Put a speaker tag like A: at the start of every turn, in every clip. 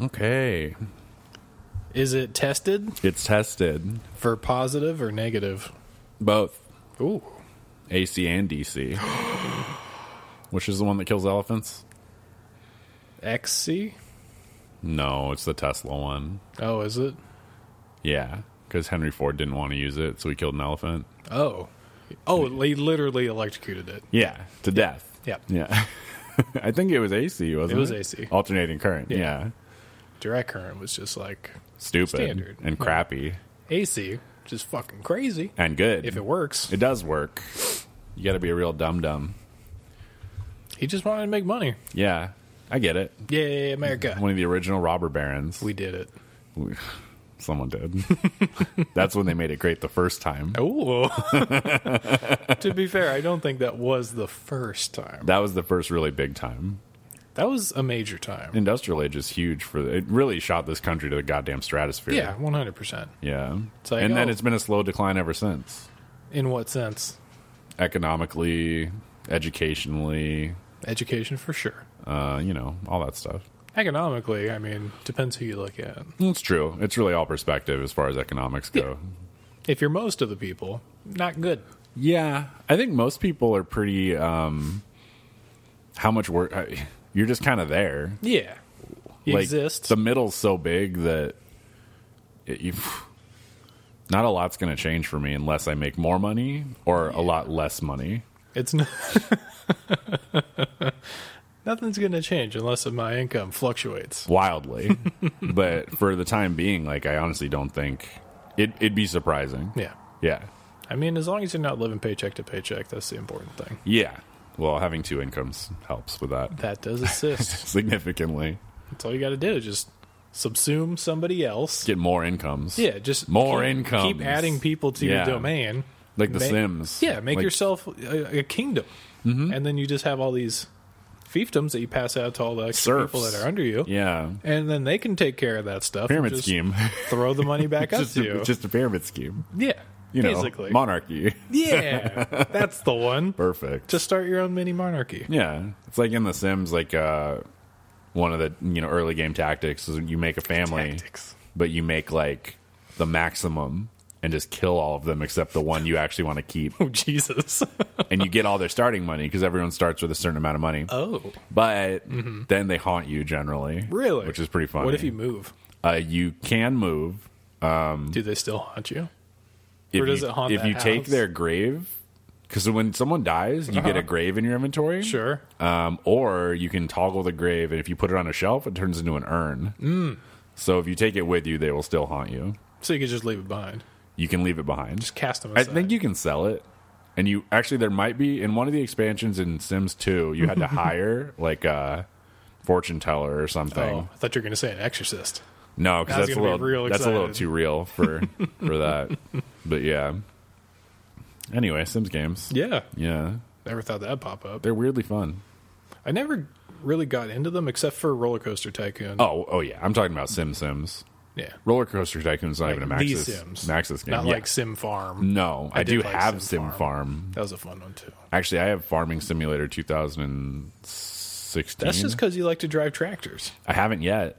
A: Okay.
B: Is it tested
A: It's tested.
B: for positive or negative?
A: Both
B: Ooh.
A: AC and DC. Which is the one that kills elephants?
B: XC?
A: No, it's the Tesla one.
B: Oh, is it?
A: Yeah, because Henry Ford didn't want to use it, so he killed an elephant.
B: Oh. Oh, they literally electrocuted it.
A: Yeah, to death.
B: Yeah.
A: Yeah. I think it was AC, wasn't it?
B: It was AC.
A: Alternating current. Yeah.
B: Direct current was just like
A: Stupid
B: Standard.
A: and crappy
B: AC, which is fucking crazy.
A: and good.
B: If it works,
A: It does work. You got to be a real dum dum.
B: he just wanted to make money.
A: Yeah, I get it.
B: Yay, America.
A: One of the original robber barons.
B: We did it.
A: Someone did. That's when they made it great the first time.
B: Ooh. to be fair, I don't think that was the first time.
A: That was the first really big time.
B: That was a major time.
A: Industrial age is huge for it. Really shot this country to the goddamn stratosphere.
B: Yeah, 100%.
A: yeah.
B: like,
A: and then
B: oh.
A: it's been a slow decline ever since,
B: In what sense?
A: economically, educationally,
B: Education for sure.
A: uh, you know, all that stuff.
B: Economically, I mean, depends who you look at.
A: It's true. It's really all perspective as far as economics go.
B: If you're most of the people, not good.
A: Yeah, I think most people are pretty. Um, how much work? I- You're just kind of there.
B: Yeah. You
A: Like,
B: exist.
A: The middle's so big that it, you. Not a lot's going to change for me unless I make more money or a lot less money.
B: it's n- nothing's going to change unless my income fluctuates.
A: Wildly, but for the time being, like I honestly don't think it, it'd be surprising.
B: Yeah.
A: Yeah,
B: I mean, as long as you're not living paycheck to paycheck, that's the important thing.
A: yeah. Well, having two incomes helps with that
B: That does assist.
A: significantly.
B: that's all you got to do. Just subsume somebody else.
A: Get more incomes.
B: Yeah, just
A: More
B: keep,
A: incomes.
B: Keep adding people to
A: Yeah.
B: your domain.
A: like the
B: Ma-
A: Sims.
B: Yeah, make
A: Like, Mm-hmm.
B: yourself a, a kingdom, and then you just have all these fiefdoms that you pass out to all the extra
A: Serfs.
B: people that are under you,
A: Yeah,
B: and then they can take care of that stuff. and
A: pyramid
B: just
A: scheme.
B: Throw the money back up
A: just,
B: to
A: a,
B: you.
A: just a pyramid scheme.
B: yeah,
A: You know,
B: basically.
A: monarchy.
B: yeah, that's the one.
A: Perfect.
B: Just start your own mini monarchy.
A: yeah, it's like in the Sims. Like uh, one of the you know early game tactics is you make a family,
B: Tactics.
A: but you make like the maximum and just kill all of them except the one you actually want to keep,
B: Oh Jesus.
A: and you get all their starting money because everyone starts with a certain amount of money.
B: oh,
A: But then they haunt you generally,
B: mm-hmm. really?
A: which is pretty funny.
B: What if you move?
A: uh, you can move Hmm.
B: Do they still haunt you?
A: if
B: Or does
A: you,
B: it haunt
A: if
B: that
A: you take
B: house?
A: their grave because when someone dies you get
B: Uh-huh.
A: a grave in your inventory
B: Sure.
A: um, or you can toggle the grave and if you put it on a shelf it turns into an urn so if you take it with you they will still haunt you
B: So you could just leave it behind.
A: you can leave it behind
B: Just cast them
A: i
B: aside.
A: think you can sell it and you actually there might be in one of the expansions in sims 2 you had to hire like a fortune teller or something
B: Oh, I thought you were going to say an exorcist.
A: No, because
B: I was
A: that's a
B: gonna be
A: little
B: real
A: that's a little
B: excited.
A: too real for for that. But yeah. Anyway, Sims games.
B: Yeah.
A: Yeah,
B: Never thought that'd pop up.
A: they're weirdly fun.
B: I never really got into them except for Roller Coaster Tycoon.
A: Oh, oh yeah, I'm talking about Sim Sims.
B: yeah.
A: Roller Coaster Tycoon's not even a
B: The
A: Maxis
B: Sims.
A: Maxis game.
B: Not
A: Yeah. Hmm.
B: like Sim Farm.
A: no, I,
B: I
A: do
B: did like
A: have Sim
B: Sim
A: Farm.
B: Farm. That was a fun one too.
A: Actually, I have Farming Simulator 2016.
B: That's just because you like to drive tractors.
A: I haven't yet.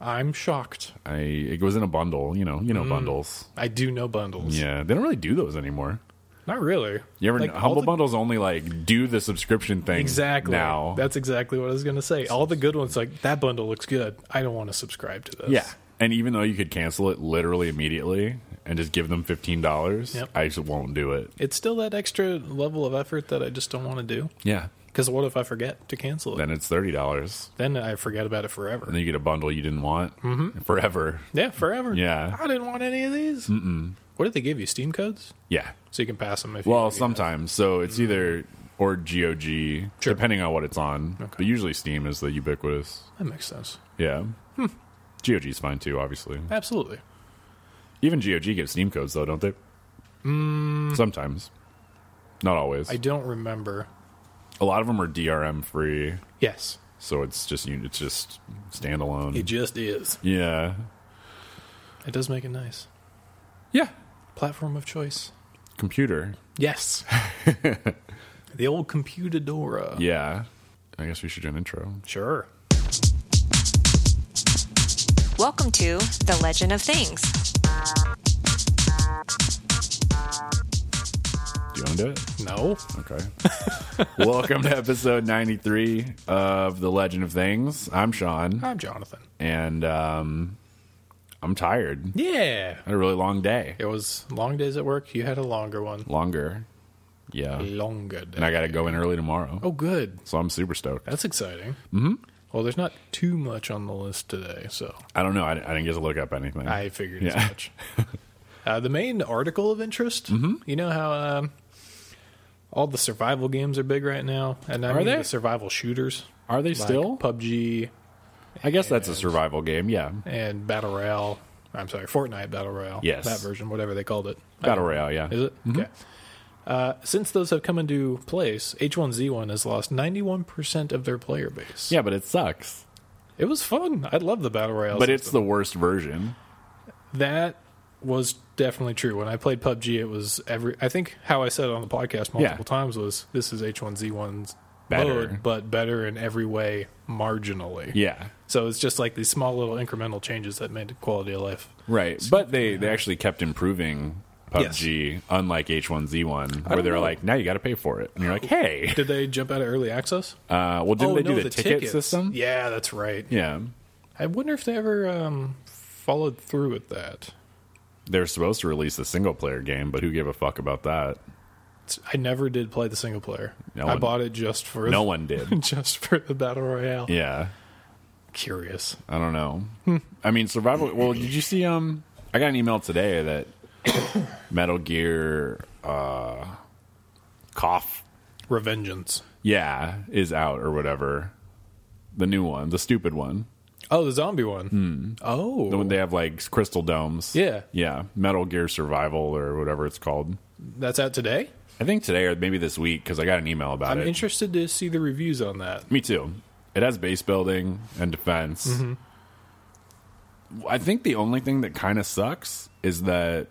B: I'm shocked.
A: I it was in a bundle. You know, you
B: Mm.
A: know bundles.
B: I do know bundles.
A: Yeah, they don't really do those anymore.
B: Not really.
A: You ever
B: Like, all
A: Humble
B: the-
A: Bundle's only like do the subscription thing
B: Exactly.
A: now.
B: That's exactly what I was going to say. All the good ones, like that bundle looks good. I don't want to subscribe to this.
A: Yeah. And even though you could cancel it literally immediately and just give them fifteen dollars,
B: Yep.
A: I just won't do it.
B: It's still that extra level of effort that I just don't want to do.
A: Yeah.
B: Because what if I forget to cancel it?
A: Then it's thirty dollars.
B: then I forget about it forever.
A: And then you get a bundle you didn't want
B: Mm-hmm.
A: forever.
B: Yeah, forever.
A: Yeah.
B: I didn't want any of these. Mm-mm. What did they give you? Steam codes?
A: Yeah.
B: So you can pass them if you
A: Well,
B: already have.
A: sometimes. So it's either or GOG, depending on what it's on. But usually Steam is the ubiquitous.
B: That makes sense.
A: Yeah. GOG's fine too, obviously.
B: Absolutely.
A: Even GOG gives Steam codes though, don't they? Sometimes. Not always.
B: I
A: A
B: don't remember.
A: lot of them are DRM free,
B: Yes.
A: so it's just you- it's just standalone.
B: It just is.
A: Yeah.
B: It does make it nice.
A: Yeah.
B: Platform of choice.
A: Computer.
B: Yes. the old computadora.
A: Yeah. I guess we should do an intro.
B: Sure.
C: Welcome to The Legend of Things.
A: Do you want to do it?
B: No.
A: Okay. Welcome to episode 93 of The Legend of Things. I'm Sean,
B: I'm Jonathan.
A: and um, I'm tired.
B: Yeah.
A: Had a really long day.
B: It was long days at work. You had a longer one.
A: Longer. Yeah.
B: Longer day.
A: And I got to go in early tomorrow.
B: oh, good.
A: So I'm super stoked.
B: That's exciting. Mm-hmm. Well, there's not too much on the list today, so
A: I don't know. I, I didn't get to look up anything.
B: I figured
A: Mm. Yeah.
B: as much. uh, the main article of interest, mm-hmm. you know how um, all the survival games are big right now, and I
A: Are
B: mean
A: they?
B: the survival shooters
A: Are they
B: like
A: still?
B: PUBG
A: I guess that's a survival game. Yeah.
B: and Battle Royale. I'm sorry, Fortnite Battle Royale.
A: Yes.
B: that version, whatever they called it.
A: Battle Royale. Mm-hmm. Yeah.
B: Is it okay? Uh, since those have come into place, H1Z1 has lost 91% of their player base.
A: Yeah, but it sucks.
B: It was fun. I love the Battle Royale.
A: But it's the worst version.
B: that was definitely true. When I played PUBG, it was every. I think how I said it on the podcast multiple
A: Yeah.
B: times was this is H1Z1's
A: Better.
B: mode, but better in every way, marginally.
A: Yeah.
B: So it's just like these small little incremental changes that made quality of life.
A: Right. But they, they actually kept improving PUBG, unlike H1Z1, where
B: don't
A: they're
B: know.
A: like, now you got to pay for it. And you're like, hey.
B: Did they jump out of early access? Oh,
A: Uh, well, didn't they do the, ticket
B: tickets.
A: system?
B: Yeah, that's right.
A: Yeah.
B: I wonder if they ever um, followed through with that.
A: They're supposed to release a single player game, but who gave a fuck about that?
B: It's- I never did play the single player.
A: No
B: I
A: one-
B: bought it just for
A: No one did.
B: just for the battle royale.
A: Yeah.
B: Curious.
A: I don't
B: Hmm.
A: know. I mean, survival. Well, did you see? Um, I got an email today that Metal Gear uh, Cough,
B: Revengeance.
A: yeah, is out or whatever. The new one, the stupid one,
B: Oh, the zombie one. Oh,
A: Hmm. the one they have like crystal domes.
B: Yeah.
A: yeah, Metal Gear Survival or whatever it's called.
B: that's out today.
A: I think today or maybe this week because I got an email about
B: I'm
A: it.
B: interested to see the reviews on that.
A: Me too. It has base building and defense.
B: Mm-hmm.
A: I think the only thing that kind of sucks is that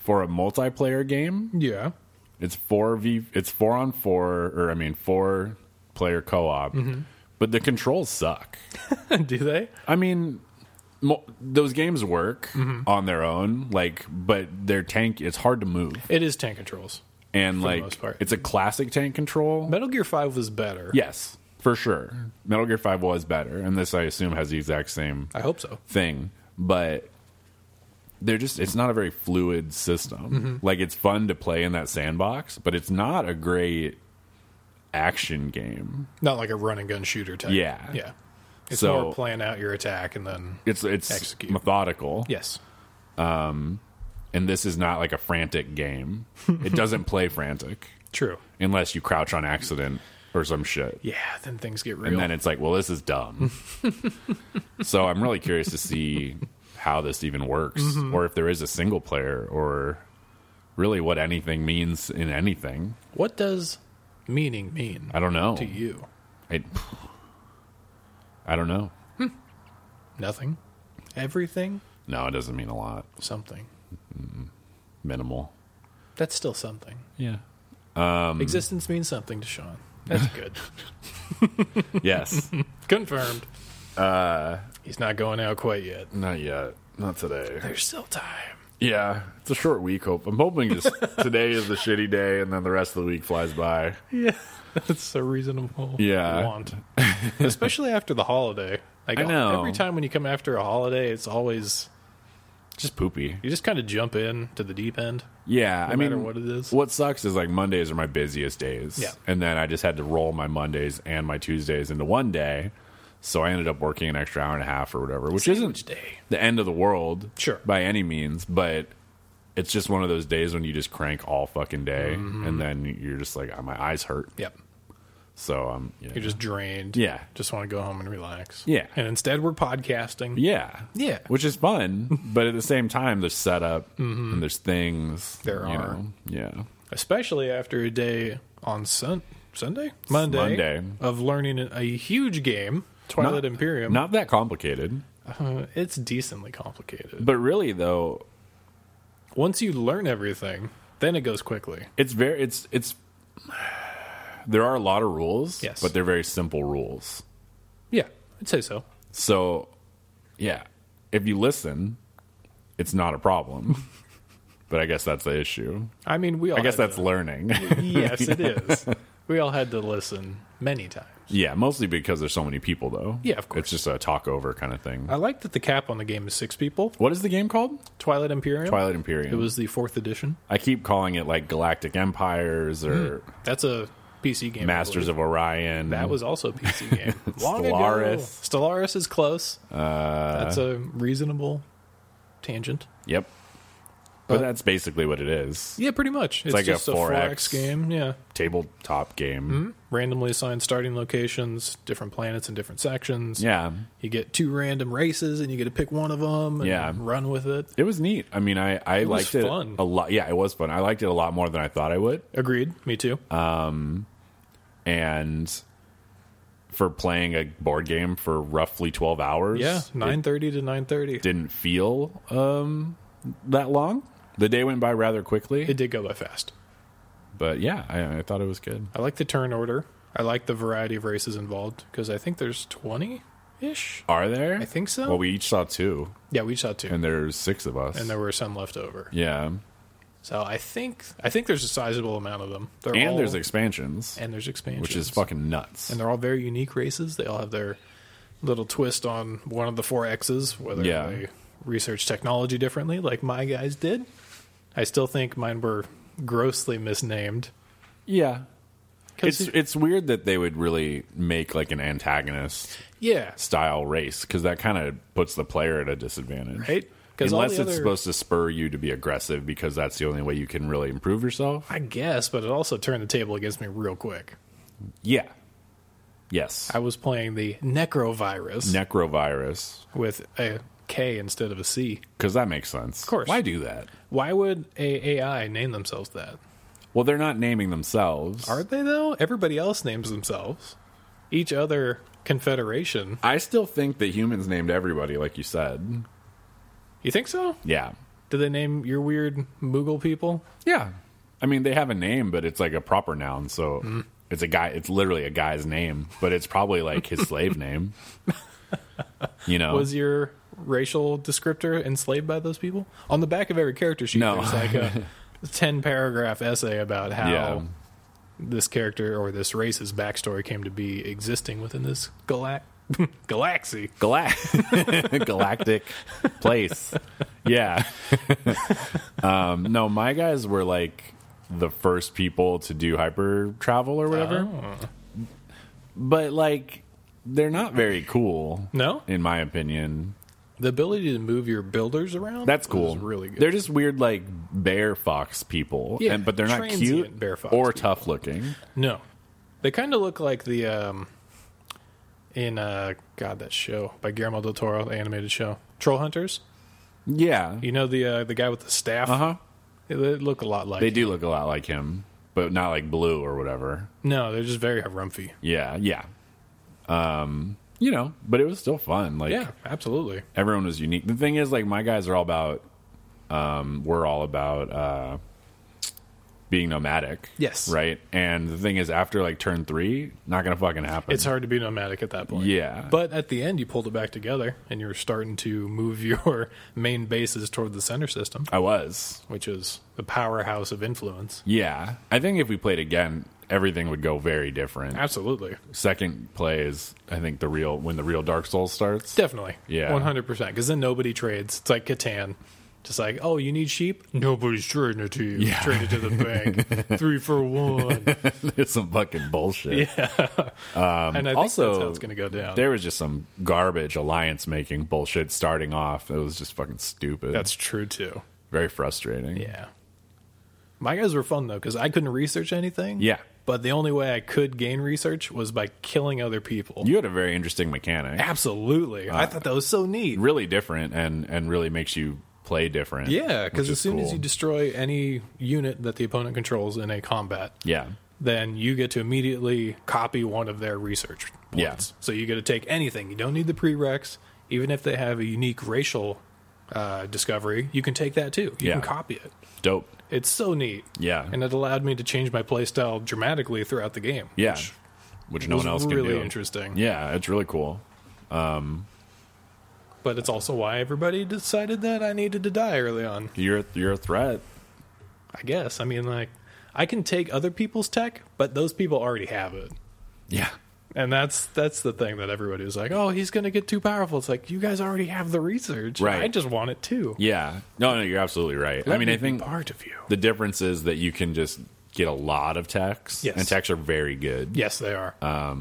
A: for a multiplayer game,
B: Yeah,
A: it's four v it's four on four, or I mean four player co op.
B: Mm-hmm.
A: But the controls suck.
B: do they?
A: I mean, mo- those games work
B: Mm-hmm.
A: on their own, like, but their tank it's hard to move,
B: It is tank controls.
A: and
B: the
A: like
B: most part.
A: it's a classic tank control.
B: Metal Mm. Gear Five was better.
A: Yes, for sure. Metal Gear 5 was better, and this I assume has the exact same
B: I hope so.
A: thing, but they're just it's not a very fluid system.
B: Mm-hmm.
A: Like it's fun to play in that sandbox, but it's not a great action game.
B: Not like a run and gun shooter type.
A: Yeah.
B: yeah. It's
A: So-
B: more plan out your attack and then
A: It's it's
B: Execute.
A: methodical.
B: yes,
A: And this is not like a frantic game. it doesn't play frantic
B: true.
A: unless you crouch on accident or some shit.
B: Yeah, then things get real.
A: and then it's like, well, this is dumb. so I'm really curious to see how this even works, or if there is a single player, or really what anything means in anything.
B: what does meaning mean
A: I don't know.
B: to you?
A: I, I don't know.
B: Nothing. Everything.
A: No, it doesn't mean a lot.
B: Something.
A: Minimal.
B: That's still something.
A: Yeah. Um,
B: Existence means something to Sean. That's good.
A: Yes.
B: Confirmed. Uh, He's not going out quite yet.
A: Not yet. Not today.
B: There's still time.
A: Yeah, it's a short week. Hope I'm hoping this, today is the shitty day, and then the rest of the week flies by.
B: Yeah, that's a reasonable
A: Yeah.
B: want, especially after the holiday. Like
A: I know.
B: every time when you come after a holiday, it's always
A: Just poopy.
B: you just kind of jump in to the deep end.
A: Yeah, I mean,
B: matter what it is.
A: What sucks is like Mondays are my busiest days.
B: Yeah.
A: and then I just had to roll my Mondays and my Tuesdays into one day, so I ended up working an extra hour and a half or whatever, which
B: Sandwich
A: isn't
B: day.
A: the end of the world,
B: Sure.
A: by any means, but it's just one of those days when you just crank all fucking day,
B: Mm-hmm.
A: and then you're just like, "Ah, my eyes hurt,
B: Yep,
A: so um, yeah.
B: you're just drained.
A: Yeah.
B: just want to go home and relax.
A: Yeah.
B: and instead we're podcasting.
A: yeah,
B: Yeah.
A: which is fun, but at the same time, there's setup and there's things
B: Mm-hmm. There
A: you
B: are.
A: know. yeah.
B: especially after a day on sun Sunday, Monday,
A: Monday.
B: of learning a huge game, Twilight
A: Not-
B: Imperium.
A: Not that complicated,
B: Uh, it's decently complicated.
A: but really though,
B: Once you learn everything, then it goes quickly.
A: it's very it's it's there are a lot of rules
B: Yes.
A: but they're very simple rules
B: Yeah, I'd say so.
A: so yeah if you listen, it's not a problem. but I guess that's the issue.
B: I mean, we all.
A: I guess
B: had
A: that's learning.
B: to- yes, it is. We all had to listen many times.
A: yeah, mostly because there's so many people, though.
B: Yeah, of course.
A: It's just a talk over kind of thing.
B: I like that the cap on the game is six people.
A: what is the game called?
B: Twilight Imperium.
A: Twilight Imperium.
B: It was the fourth edition.
A: I keep calling it like Galactic Empires or
B: That's a PC game. I
A: Masters
B: believe.
A: of Orion.
B: Hmm. that was also a PC game. Long ago.
A: Hmm. Stellaris. Uh,
B: Stellaris is close. That's a reasonable tangent.
A: Yep. But, that's basically what it is.
B: Yeah, pretty much. It's,
A: like a
B: just a
A: 4X.
B: 4X game. Yeah.
A: Tabletop game.
B: Hmm. randomly assigned starting locations, different planets in different sections.
A: Yeah.
B: You get two random races and you get to pick one of them and
A: Yeah.
B: run with it.
A: It was neat. I mean, I, I
B: was
A: liked it
B: fun.
A: a lot. Yeah, it was fun. I liked it a lot more than I thought I would.
B: Agreed. Me too.
A: Uh, And for playing a board game for roughly 12 hours,
B: yeah,
A: it
B: 9:30 to 9:30.
A: didn't feel um, that long. The day went by rather quickly.
B: it did go by fast.
A: but yeah, I, I thought it was good.
B: I like the turn order. I like the variety of races involved because I think there's 20 ish.
A: Are there?
B: I think so.
A: Well, we each saw two,
B: yeah, we saw two, and,
A: and there's six of us.
B: there were some left over.
A: yeah.
B: So I think I think there's a sizable amount of them. They're
A: And
B: all-
A: there's expansions,
B: and there's expansions,
A: which is fucking nuts.
B: and they're all very unique races. They all have their little twist on one of the four X's, whether
A: Yeah.
B: they research technology differently, like my guys did. I still think mine were grossly misnamed.
A: yeah.
B: 'Cause
A: It's it's weird that they would really make like an antagonist
B: yeah,
A: style race because that kind of puts the player at a disadvantage,
B: Right? 'Cause all
A: Unless it's
B: the other-
A: supposed to spur you to be aggressive because that's the only way you can really improve yourself.
B: I guess, but it also turned the table against me real quick.
A: Yeah. Yes.
B: I was playing the Necrovirus
A: Necrovirus
B: with a K instead of a C.
A: because that makes sense. Of
B: course.
A: Why do that?
B: Why would a AI name themselves that?
A: Well, they're not naming themselves.
B: Are they though? Everybody else names themselves. Each other confederation.
A: I still think that humans named everybody, like you said.
B: You think so?
A: Yeah.
B: Did they name your weird Moogle people?
A: Yeah. I mean, they have a name, but it's like a proper noun. So
B: Mm-hmm.
A: it's a guy, it's literally a guy's name, but it's probably like his slave name. You know?
B: Was your racial descriptor enslaved by those people? On the back of every character sheet,
A: No.
B: there's like a 10 paragraph essay about how
A: Yeah.
B: this character or this race's backstory came to be existing within this galac- galaxy.
A: Galac- galactic place. Yeah. um, no, my guys were like the first people to do hyper travel or whatever.
B: Oh.
A: But like, they're not very cool.
B: No?
A: In my opinion.
B: The ability to move your builders around.
A: That's cool.
B: was really good.
A: They're just weird, like bear fox people,
B: Yeah,
A: and but they're not
B: transient
A: cute
B: bear fox
A: or
B: people.
A: tough looking.
B: No. They kind of look like the. Um, in uh god that show by Guillermo del Toro the animated show Troll Hunters
A: Yeah,
B: you know the uh, the guy with the staff
A: uh huh.
B: They they look a lot like.
A: They do look a lot like him, but not like blue or whatever.
B: No, they're just very rumpy.
A: Yeah, yeah. Um, you know, but it was still fun. Like
B: Yeah, absolutely.
A: everyone was unique. The thing is, like my guys are all about. Um, we're all about uh, being nomadic.
B: Yes.
A: Right. And the thing is, after like turn three, not gonna fucking happen.
B: It's hard to be nomadic at that point.
A: Yeah.
B: But at the end, you pulled it back together and you're starting to move your main bases toward the center system,
A: I was.
B: which is the powerhouse of influence.
A: Yeah, I think if we played again, everything would go very different.
B: Absolutely.
A: Second play is, I think, the real when the real Dark Souls starts.
B: Definitely.
A: Yeah.
B: 100%. Because then nobody trades. It's like Catan. Just like, oh, you need sheep? Nobody's trading it to you.
A: Yeah.
B: Trade it to the bank. Three for one.
A: it's some fucking bullshit.
B: and I think
A: Um, also,
B: that's how it's going to go down.
A: There was just some garbage alliance making bullshit starting off. It was just fucking stupid.
B: That's true, too.
A: very frustrating.
B: Yeah. My guys were fun though because I couldn't research anything.
A: Yeah.
B: But the only way I could gain research was by killing other people.
A: you had a very interesting mechanic.
B: Absolutely. I thought that was so neat.
A: Really different, and and really makes you play different.
B: Yeah,
A: which
B: because
A: is
B: as soon as
A: cool.
B: you destroy any unit that the opponent controls in a combat,
A: yeah,
B: then you get to immediately copy one of their research points.
A: Yeah.
B: So you get to take anything. You don't need the prereqs, even if they have a unique racial uh, discovery. You can take that too. You
A: Yeah.
B: can copy it.
A: dope.
B: It's so neat.
A: Yeah.
B: And it allowed me to change my playstyle dramatically throughout the game.
A: Yeah,
B: Which
A: which, no
B: was
A: one else
B: really
A: can do.
B: interesting.
A: Yeah, it's really cool. Um,
B: but it's also why everybody decided that I needed to die early on.
A: You're a- you're a threat.
B: I guess. I mean, like, I can take other people's tech, but those people already have it.
A: Yeah.
B: And that's that's the thing that everybody was like, "Oh, he's going to get too powerful." It's like you guys already have the research.
A: Right.
B: I just want it too.
A: Yeah. No, no, you're absolutely right. I
B: Let
A: mean,
B: me
A: I
B: be
A: think
B: part of you.
A: the difference is that you can just get a lot of texts,
B: Yes.
A: and texts are very good
B: Yes, they are.
A: Uh,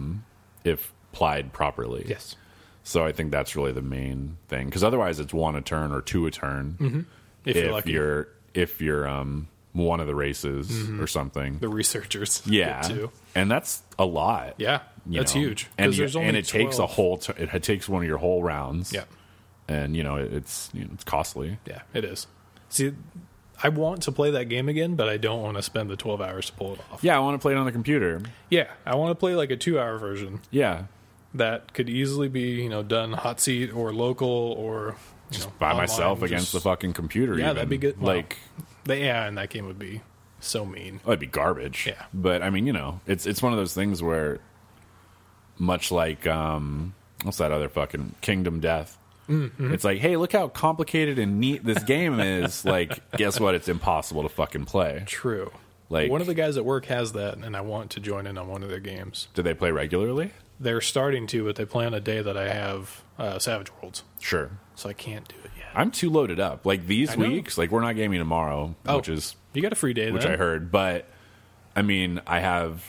A: if applied properly.
B: yes.
A: So I think that's really the main thing because otherwise it's one a turn or two a turn
B: Mm-hmm. If,
A: if
B: you're lucky,
A: you're if you're um one of the races
B: Mm-hmm.
A: or something.
B: the researchers. get
A: yeah,
B: two.
A: and that's a lot.
B: Yeah.
A: you
B: that's
A: know.
B: huge. 'Cause
A: And you-
B: there's only
A: and it takes a
B: 12.
A: whole tur it, takes one of your whole rounds.
B: Yeah.
A: and you know it, it's you know, it's costly.
B: Yeah, it is. See, I want to play that game again, but I don't want to spend the 12 hours to pull it off.
A: Yeah, I want to play it on the computer.
B: Yeah, I want to play like a 2-hour version
A: Yeah,
B: that could easily be, you know, done hot seat or local or you know,
A: by
B: online,
A: myself against the
B: just-
A: fucking computer.
B: Yeah, that'd
A: even.
B: be good. Wow.
A: Like
B: The AI in that game would be so mean.
A: that'd be garbage.
B: Yeah.
A: but I mean, you know, it's it's one of those things where, much like um, what's that other fucking Kingdom Death?
B: Mm-hmm.
A: It's like, hey, look how complicated and neat this game is. like, guess what? It's impossible to fucking play.
B: True.
A: Like-
B: one of the guys at work has that and I want to join in on one of their games.
A: Do they play regularly?
B: They're starting to, but they play on a day that I have uh, Savage Worlds,
A: Sure.
B: so I can't do it yet.
A: I'm too loaded up. Like these
B: I know.
A: weeks, like we're not gaming tomorrow,
B: Oh.
A: which is
B: You got a free day
A: which
B: then.
A: I heard. But I mean, I have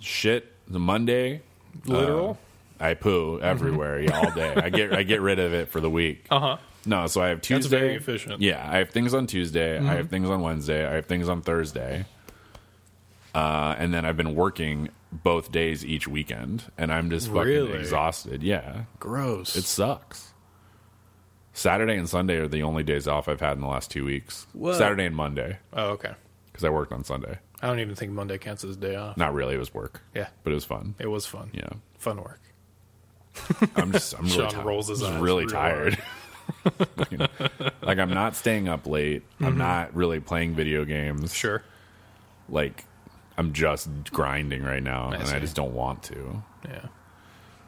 A: shit the Monday.
B: Literal?
A: Uh, I
B: Mm-hmm.
A: poo everywhere, yeah, all day. I get I get rid of it for the week.
B: Uh-huh.
A: No, so I have Tuesday.
B: That's very efficient. Mm-hmm.
A: Yeah, I have things on Tuesday. I have things on Wednesday. I have things on Thursday. Uh, and then I've been working both days each weekend, and I'm just fucking
B: Really?
A: exhausted. Yeah,
B: Gross.
A: it sucks. Saturday and Sunday are the only days off I've had in the last two weeks.
B: Whoa.
A: Saturday and Monday
B: Oh, okay.
A: because I worked on Sunday.
B: I don't even think Monday counts as a day off.
A: Not really, it was work,
B: Yeah,
A: but it was fun.
B: it was fun.
A: Yeah,
B: Fun work.
A: I'm just I'm really
B: Sean
A: tired.
B: rolls his
A: Just
B: eyes
A: really
B: real
A: tired. like I'm not staying up late.
B: Mm-hmm.
A: I'm not really playing video games.
B: Sure.
A: Like I'm just grinding right now, and I
B: see.
A: just don't want to.
B: Yeah.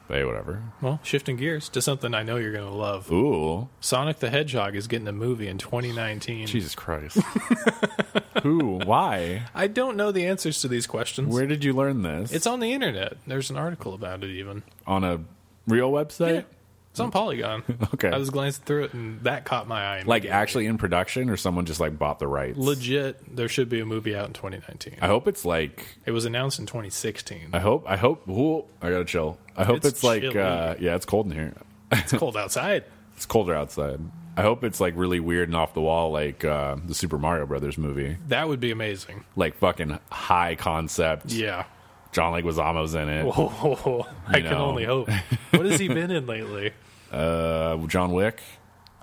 A: But hey, whatever.
B: Well, shifting gears to something I know you're going to love.
A: Ooh,
B: Sonic the Hedgehog is getting a movie in 2019.
A: Jesus Christ! Who? Why?
B: I don't know the answers to these questions.
A: Where did you learn this?
B: It's on the internet. There's an article about it even.
A: on a real website.
B: It's on Polygon.
A: Okay.
B: I was glancing through it and that caught my eye.
A: Like actually in production, or someone just like bought the rights.
B: legit, there should be a movie out in 2019.
A: I hope it's like
B: It was announced in 2016.
A: I hope I hope ooh, I gotta chill. I hope
B: It's
A: it's, like
B: chilly.
A: uh, yeah, it's cold in here.
B: It's cold outside.
A: It's colder outside. I hope it's like really weird and off the wall, like uh, the Super Mario Brothers movie,
B: That would be amazing.
A: like fucking high concept.
B: Yeah.
A: John Leguizamo's in it.
B: Oh, I
A: You
B: can
A: know.
B: only hope. What has he been in lately?
A: Uh, John Wick.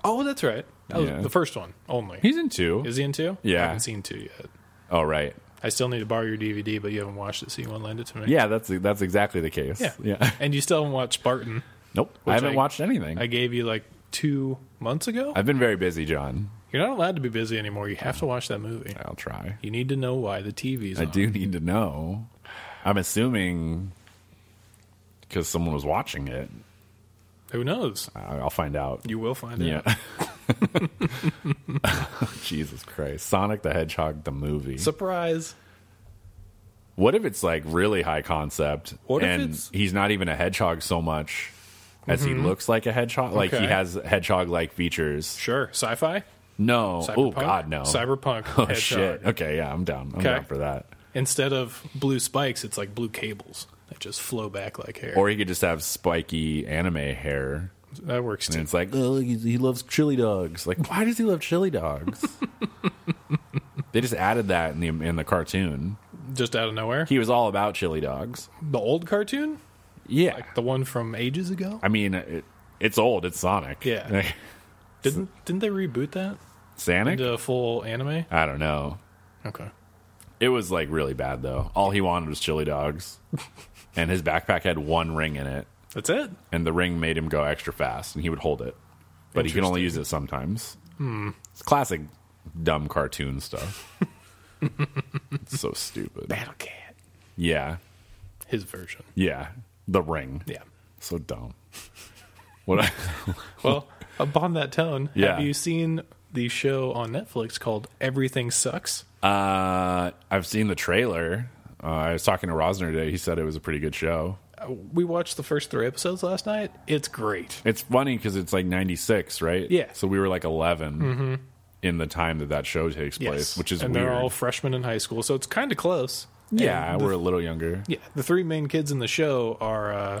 B: Oh, that's right. That
A: Yeah.
B: was the first one only.
A: He's in two.
B: Is he in two?
A: Yeah.
B: I haven't seen two yet.
A: oh right,
B: I still need to borrow your DVD, but you haven't watched it, so you won't lend it to me.
A: yeah, that's that's exactly the case.
B: Yeah. And you still haven't watched Spartan.
A: Nope, I
B: Which
A: haven't
B: I-
A: watched anything.
B: I gave you like two months ago.
A: I've been very busy, John.
B: You're not allowed to be busy anymore. You have to watch that movie.
A: I'll try.
B: You need to know why the TV's
A: I
B: on.
A: do need to know. I'm assuming because someone was watching it.
B: Who knows?
A: I- I'll find out.
B: You will find
A: Yeah.
B: out.
A: Jesus Christ. Sonic the Hedgehog, the movie.
B: Surprise.
A: what if it's like really high concept
B: What if
A: and
B: it's- Mm-hmm.
A: he's not even a hedgehog so much as he looks like a hedgehog? Like he
B: Okay.
A: has hedgehog like features.
B: Sure. Sci-fi.
A: No. Oh,
B: Cyberpunk?
A: God, no.
B: Cyberpunk.
A: Oh,
B: hedgehog.
A: shit. Okay, yeah, I'm down. I'm
B: Okay.
A: down for that.
B: Instead of blue spikes, it's like blue cables that just flow back like hair.
A: Or he could just have spiky anime hair.
B: that works
A: And
B: too.
A: it's like, oh, he, he loves chili dogs. Like, why does he love chili dogs? they just added that in the in the cartoon.
B: Just out of nowhere.
A: He was all about chili dogs.
B: the old cartoon,
A: Yeah,
B: like the one from ages ago.
A: I mean, it, it's old. It's Sonic.
B: Yeah.
A: Like,
B: Didn't didn't they reboot that
A: Sonic.
B: into a full anime?
A: I don't know.
B: Okay.
A: It was like really bad though. All he wanted was chili dogs, and his backpack had one ring in it,
B: That's it.
A: and the ring made him go extra fast, and he would hold it, but he could only use it sometimes.
B: Hmm.
A: It's classic dumb cartoon stuff. it's so stupid.
B: Battle Cat.
A: Yeah,
B: His version.
A: yeah. The ring.
B: Yeah.
A: So dumb. What I,
B: Well, upon that tone,
A: Yeah.
B: have you seen the show on Netflix called Everything Sucks?
A: Uh, I've seen the trailer. Uh, I was talking to Rosner today. He said it was a pretty good show.
B: Uh, We watched the first three episodes last night. It's great.
A: It's funny because it's like 96, right?
B: Yeah. Mm-hmm.
A: So we were like 11 in the time that that show takes place,
B: Yes.
A: which is
B: and
A: weird.
B: they're all freshmen in high school, so it's kind of close.
A: yeah,
B: And the-
A: we're a little younger.
B: yeah. The three main kids in the show are uh,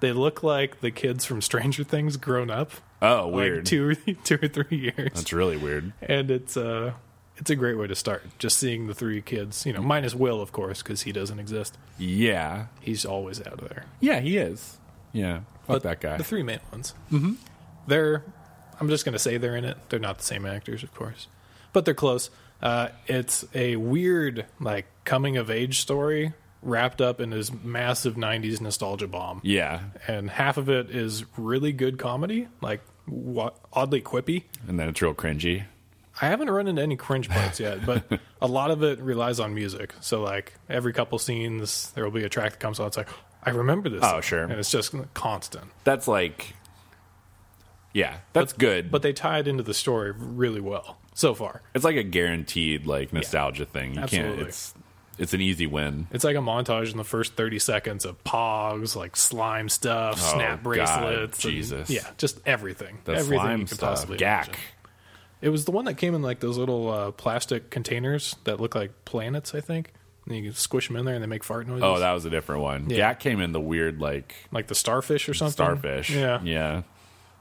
B: they look like the kids from Stranger Things grown up,
A: Oh,
B: like
A: weird.
B: two or two or three years.
A: That's really weird.
B: and it's uh it's a great way to start. Just seeing the three kids, you know, minus Will, of course, because he doesn't exist.
A: Yeah.
B: He's always out of there.
A: Yeah, he is. Yeah. Fuck that guy.
B: The three main ones. Mm-hmm. They're, I'm just going to say they're in it. They're not the same actors, of course, but they're close. Uh, it's a weird, like, coming of age story wrapped up in this massive 90s nostalgia bomb.
A: yeah.
B: And half of it is really good comedy, like, wa- oddly quippy.
A: And then it's real cringy.
B: I haven't run into any cringe parts yet, but a lot of it relies on music. So like every couple scenes, there will be a track that comes on. It's like I remember this.
A: Oh,
B: song,"
A: sure.
B: and it's just constant.
A: That's like, yeah, that's good.
B: But they tie it into the story really well so far.
A: it's like a guaranteed like nostalgia thing. You can't.
B: Absolutely.
A: It's it's an easy win.
B: It's like a montage in the first thirty seconds of Pogs, like slime stuff,
A: Oh,
B: snap
A: God,
B: bracelets, and-
A: Jesus.
B: yeah, just everything.
A: The
B: everything
A: slime
B: you could
A: stuff.
B: possibly
A: Gak.
B: imagine. It was the one that came in like those little uh, plastic containers that look like planets, I think. And you can squish them in there, and they make fart noises.
A: Oh, that was a different one.
B: Yeah.
A: Gak came in the weird like
B: like the starfish or something.
A: starfish.
B: Yeah.
A: Yeah.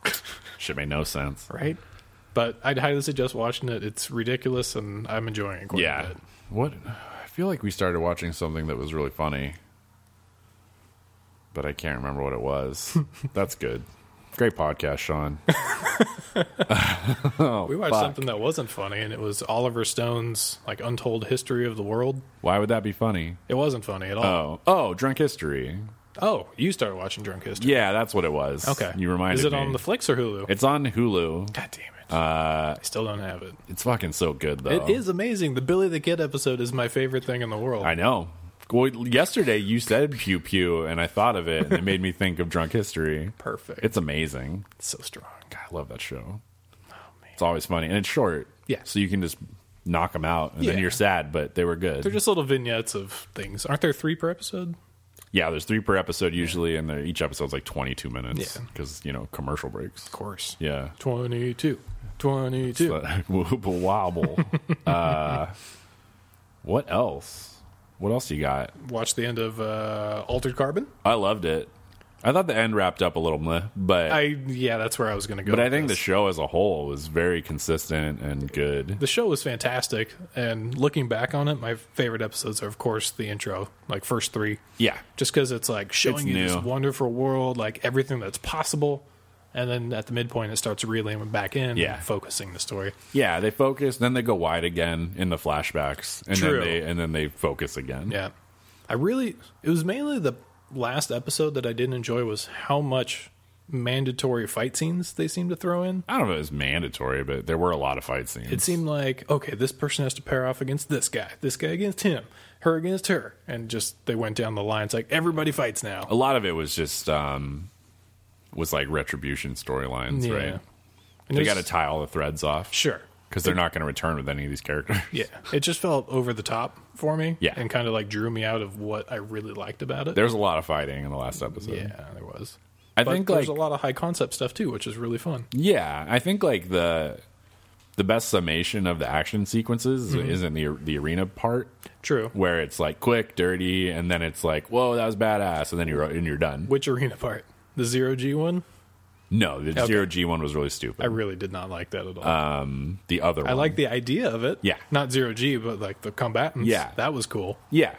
A: Should make no sense.
B: Right. But I'd highly suggest watching it. It's ridiculous, and I'm enjoying it quite a
A: Yeah.
B: bit.
A: What I feel like we started watching something that was really funny. But I can't remember what it was. That's good. Great podcast, Sean.
B: We watched
A: Fuck.
B: something that wasn't funny, and it was Oliver Stone's like Untold History of the World.
A: Why would that be funny?
B: It wasn't funny at all.
A: Oh, oh, Drunk History.
B: oh, you started watching Drunk History?
A: Yeah, that's what it was.
B: Okay.
A: you reminded
B: Is it
A: me.
B: on the Flicks or Hulu?
A: it's on Hulu.
B: God damn it! Uh, I still don't have it.
A: It's fucking so good though.
B: It is amazing. The Billy the Kid episode is my favorite thing in the world.
A: I know. Well, yesterday you said pew pew, and I thought of it, and it made me think of Drunk History.
B: Perfect.
A: It's amazing.
B: It's so strong.
A: God, I love that show.
B: Oh,
A: It's always funny, and it's short.
B: Yeah.
A: So you can just knock them out, and then
B: Yeah.
A: you're sad, but they were good.
B: They're just little vignettes of things. Aren't there three per episode?
A: yeah, there's three per episode usually, and they're, each episode's like 22 minutes
B: Yeah.
A: because, you know, commercial breaks.
B: Of course.
A: Yeah.
B: 22. 22.
A: Wobble wobble. uh, what else? What else you got?
B: watched the end of uh, Altered Carbon.
A: I loved it. I thought the end wrapped up a little meh, but
B: I yeah, that's where I was going to go.
A: But I
B: with
A: think the
B: this.
A: show as a whole was very consistent and good.
B: the show was fantastic, and looking back on it, my favorite episodes are of course the intro, like first three,
A: Yeah.
B: just because it's like showing
A: It's
B: you this
A: new.
B: wonderful world, like everything that's possible, and then at the midpoint it starts reeling back in,
A: Yeah.
B: and focusing the story.
A: Yeah, they focus, then they go wide again in the flashbacks. And
B: True.
A: then they and then they focus again.
B: Yeah, I really it was mainly the last episode that I didn't enjoy was how much mandatory fight scenes they seem to throw in.
A: I don't know if it was mandatory, but there were a lot of fight scenes.
B: it seemed like okay this person has to pair off against this guy this guy against him her against her and just they went down the lines like everybody fights now
A: a lot of it was just um was like retribution storylines,
B: Yeah.
A: right?
B: And
A: They
B: it's-
A: got to tie all the threads off.
B: sure
A: Because they're not going to return with any of these characters.
B: yeah it just felt over the top for me
A: Yeah.
B: and kind of like drew me out of what i really liked about it
A: There was a lot of fighting in the last episode.
B: yeah there was
A: I
B: but
A: think,
B: there's
A: like-
B: a lot of high concept stuff too which is really fun
A: Yeah, I think like the the best summation of the action sequences
B: Mm-hmm.
A: is in the the arena part.
B: true
A: where it's like quick, dirty, and then it's like, whoa, that was badass, and then you're and you're done.
B: which arena part the zero g one
A: No, the zero G one was really stupid.
B: i really did not like that at all
A: the other one,
B: i like the idea of it
A: Um, Yeah.
B: not zero g but like the combatants
A: Yeah.
B: that was cool
A: yeah,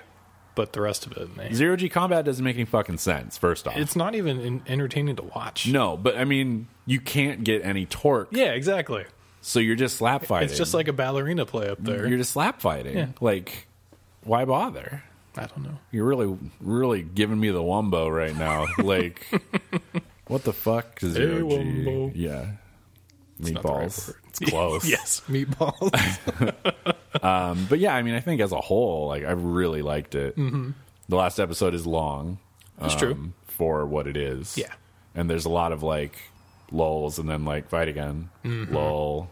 B: but the rest of it man.
A: zero G combat doesn't make any fucking sense. First off,
B: it's not even in- entertaining to watch.
A: no, but I mean, you can't get any torque,
B: Yeah, exactly.
A: so you're just slap fighting.
B: It's just like a ballerina play up there.
A: you're just slap fighting.
B: Yeah.
A: Like, why bother?
B: I don't know.
A: You're really, really giving me the wumbo right now. like, what the fuck? is Zero G,
B: wumbo.
A: yeah,
B: not the right
A: meatballs.
B: word.
A: It's close.
B: Yes, meatballs.
A: But yeah, I mean, I think as a whole, like I really liked it. Mm-hmm. The last episode is long
B: That's true.
A: for what it is.
B: Yeah.
A: and there's a lot of like lulls, and then like fight again,
B: Mm-hmm.
A: lull,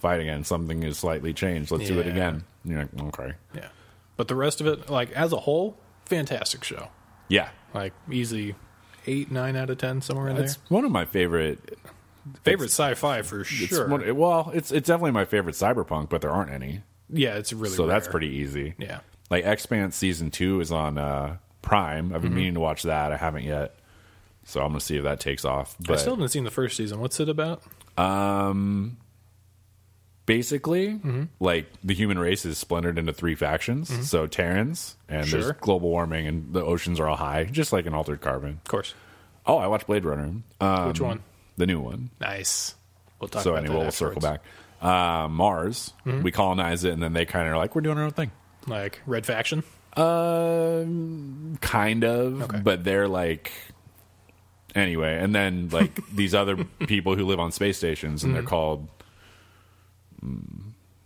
A: fight again. Something is slightly changed. Let's do it
B: Yeah.
A: again. And you're like, okay,
B: Yeah. But the rest of it, like as a whole, fantastic show.
A: yeah.
B: Like easy eight, nine out of ten somewhere in
A: It's
B: there.
A: one of my favorite.
B: Favorite sci-fi for sure.
A: It's one, well, it's it's definitely my favorite cyberpunk, but there aren't any,
B: yeah, it's really
A: so that's
B: rare.
A: pretty easy.
B: Yeah.
A: Like Expanse season two is on uh, Prime. I've been
B: Mm-hmm.
A: meaning to watch that. I haven't yet, so I'm gonna see if that takes off. But
B: I still haven't seen the first season. What's it about?
A: basically,
B: Mm-hmm.
A: like the human race is splintered into three factions. So Terrans, and
B: Sure.
A: there's global warming, and the oceans are all high, just like an altered carbon.
B: Of course.
A: Oh, I watched Blade Runner, uh,
B: Which one?
A: the new one.
B: Nice. We'll talk
A: so
B: about
A: anyway,
B: that
A: we'll
B: afterwards. Mm-hmm.
A: circle back. Uh, Mars, we colonize it, and then they kind of are like, we're doing our own thing.
B: Like Red Faction.
A: Um, kind of,
B: Okay.
A: but they're like anyway. And then like these other people who live on space stations, and
B: Mm-hmm.
A: they're called. mm,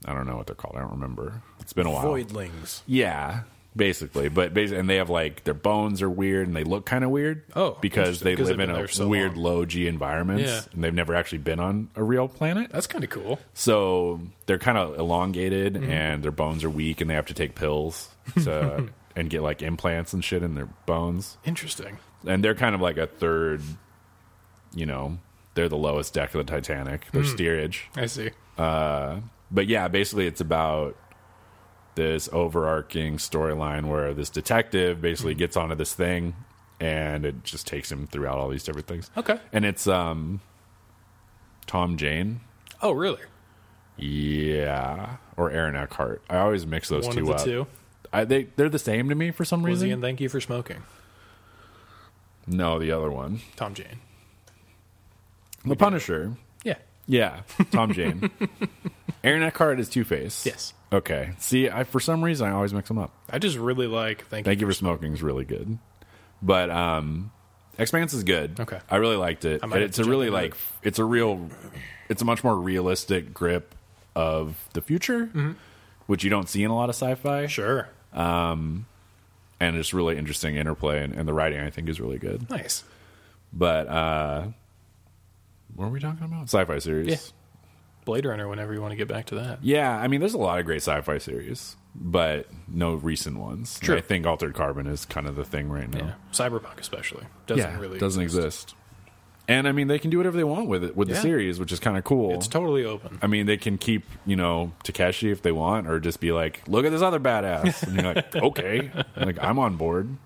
A: I don't know what they're called. I don't remember. It's been a while.
D: Voidlings.
A: Yeah, basically. But basically, and they have like their bones are weird and they look kind of weird.
B: Oh,
A: because
B: interesting,
A: they
B: 'cause
A: live
B: they've
A: in
B: been
A: a
B: there so
A: weird
B: long.
A: low G environments
B: Yeah.
A: and they've never actually been on a real planet.
B: That's kind of cool.
A: So they're kind of elongated
B: Mm-hmm.
A: and their bones are weak and they have to take pills to and get like implants and shit in their bones.
B: Interesting.
A: And they're kind of like a third, you know, they're the lowest deck of the Titanic.
B: Hmm.
A: Their steerage
B: I see.
A: but yeah, basically it's about this overarching storyline where this detective basically gets onto this thing and it just takes him throughout all these different things.
B: Okay.
A: And it's um Tom Jane.
B: Oh, really?
A: Yeah. Or Aaron Eckhart. I always mix those
B: One
A: two uh,
B: of the
A: up.
B: two.
A: I, they they're the same to me for some
B: Was he
A: reason.
B: in Thank You for Smoking?
A: no, the other one.
B: Tom Jane.
A: The Punisher.
B: Yeah.
A: Yeah. Tom Jane. Aaron Eckhart is Two Face.
B: Yes.
A: Okay. See, I for some reason I always mix them up.
B: I just really like Thank,
A: Thank you for smoking is really good, but um, Expanse is good.
B: Okay.
A: I really liked it.
B: I might
A: And
B: have
A: it's
B: to
A: a
B: check
A: really
B: it out.
A: like it's a real, it's a much more realistic grip of the future,
B: Mm-hmm.
A: which you don't see in a lot of sci-fi.
B: Sure.
A: and it's really interesting interplay, and, and the writing I think is really good.
B: Nice.
A: But uh, what were we talking about? Sci-fi series.
B: Yeah. Blade Runner. Whenever you want to get back to that.
A: Yeah, I mean, there's a lot of great sci-fi series, but no recent ones. And
B: Sure.
A: I think Altered Carbon is kind of the thing right now.
B: Yeah. Cyberpunk especially doesn't
A: yeah,
B: really
A: doesn't exist. And I mean, they can do whatever they want with it with the
B: Yeah.
A: series, which is kind of cool.
B: It's totally open.
A: I mean, they can keep you know Takeshi if they want, or just be like, "Look at this other badass," and you're like, "Okay, like I'm on board."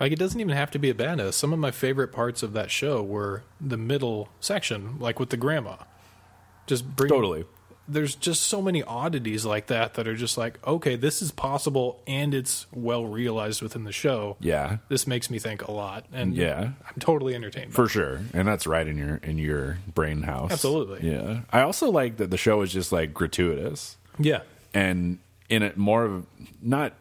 B: Like it doesn't even have to be a badass. Some of my favorite parts of that show were the middle section, like with the grandma. Just bring
A: Totally.
B: There's just so many oddities like that that are just like, okay, this is possible and it's well realized within the show.
A: Yeah,
B: This makes me think a lot, and
A: Yeah.
B: I'm totally entertained. by
A: for sure. And that's right in your in your brain house.
B: Absolutely.
A: Yeah. I also like that the show is just like gratuitous
B: it. yeah,
A: and in a more of not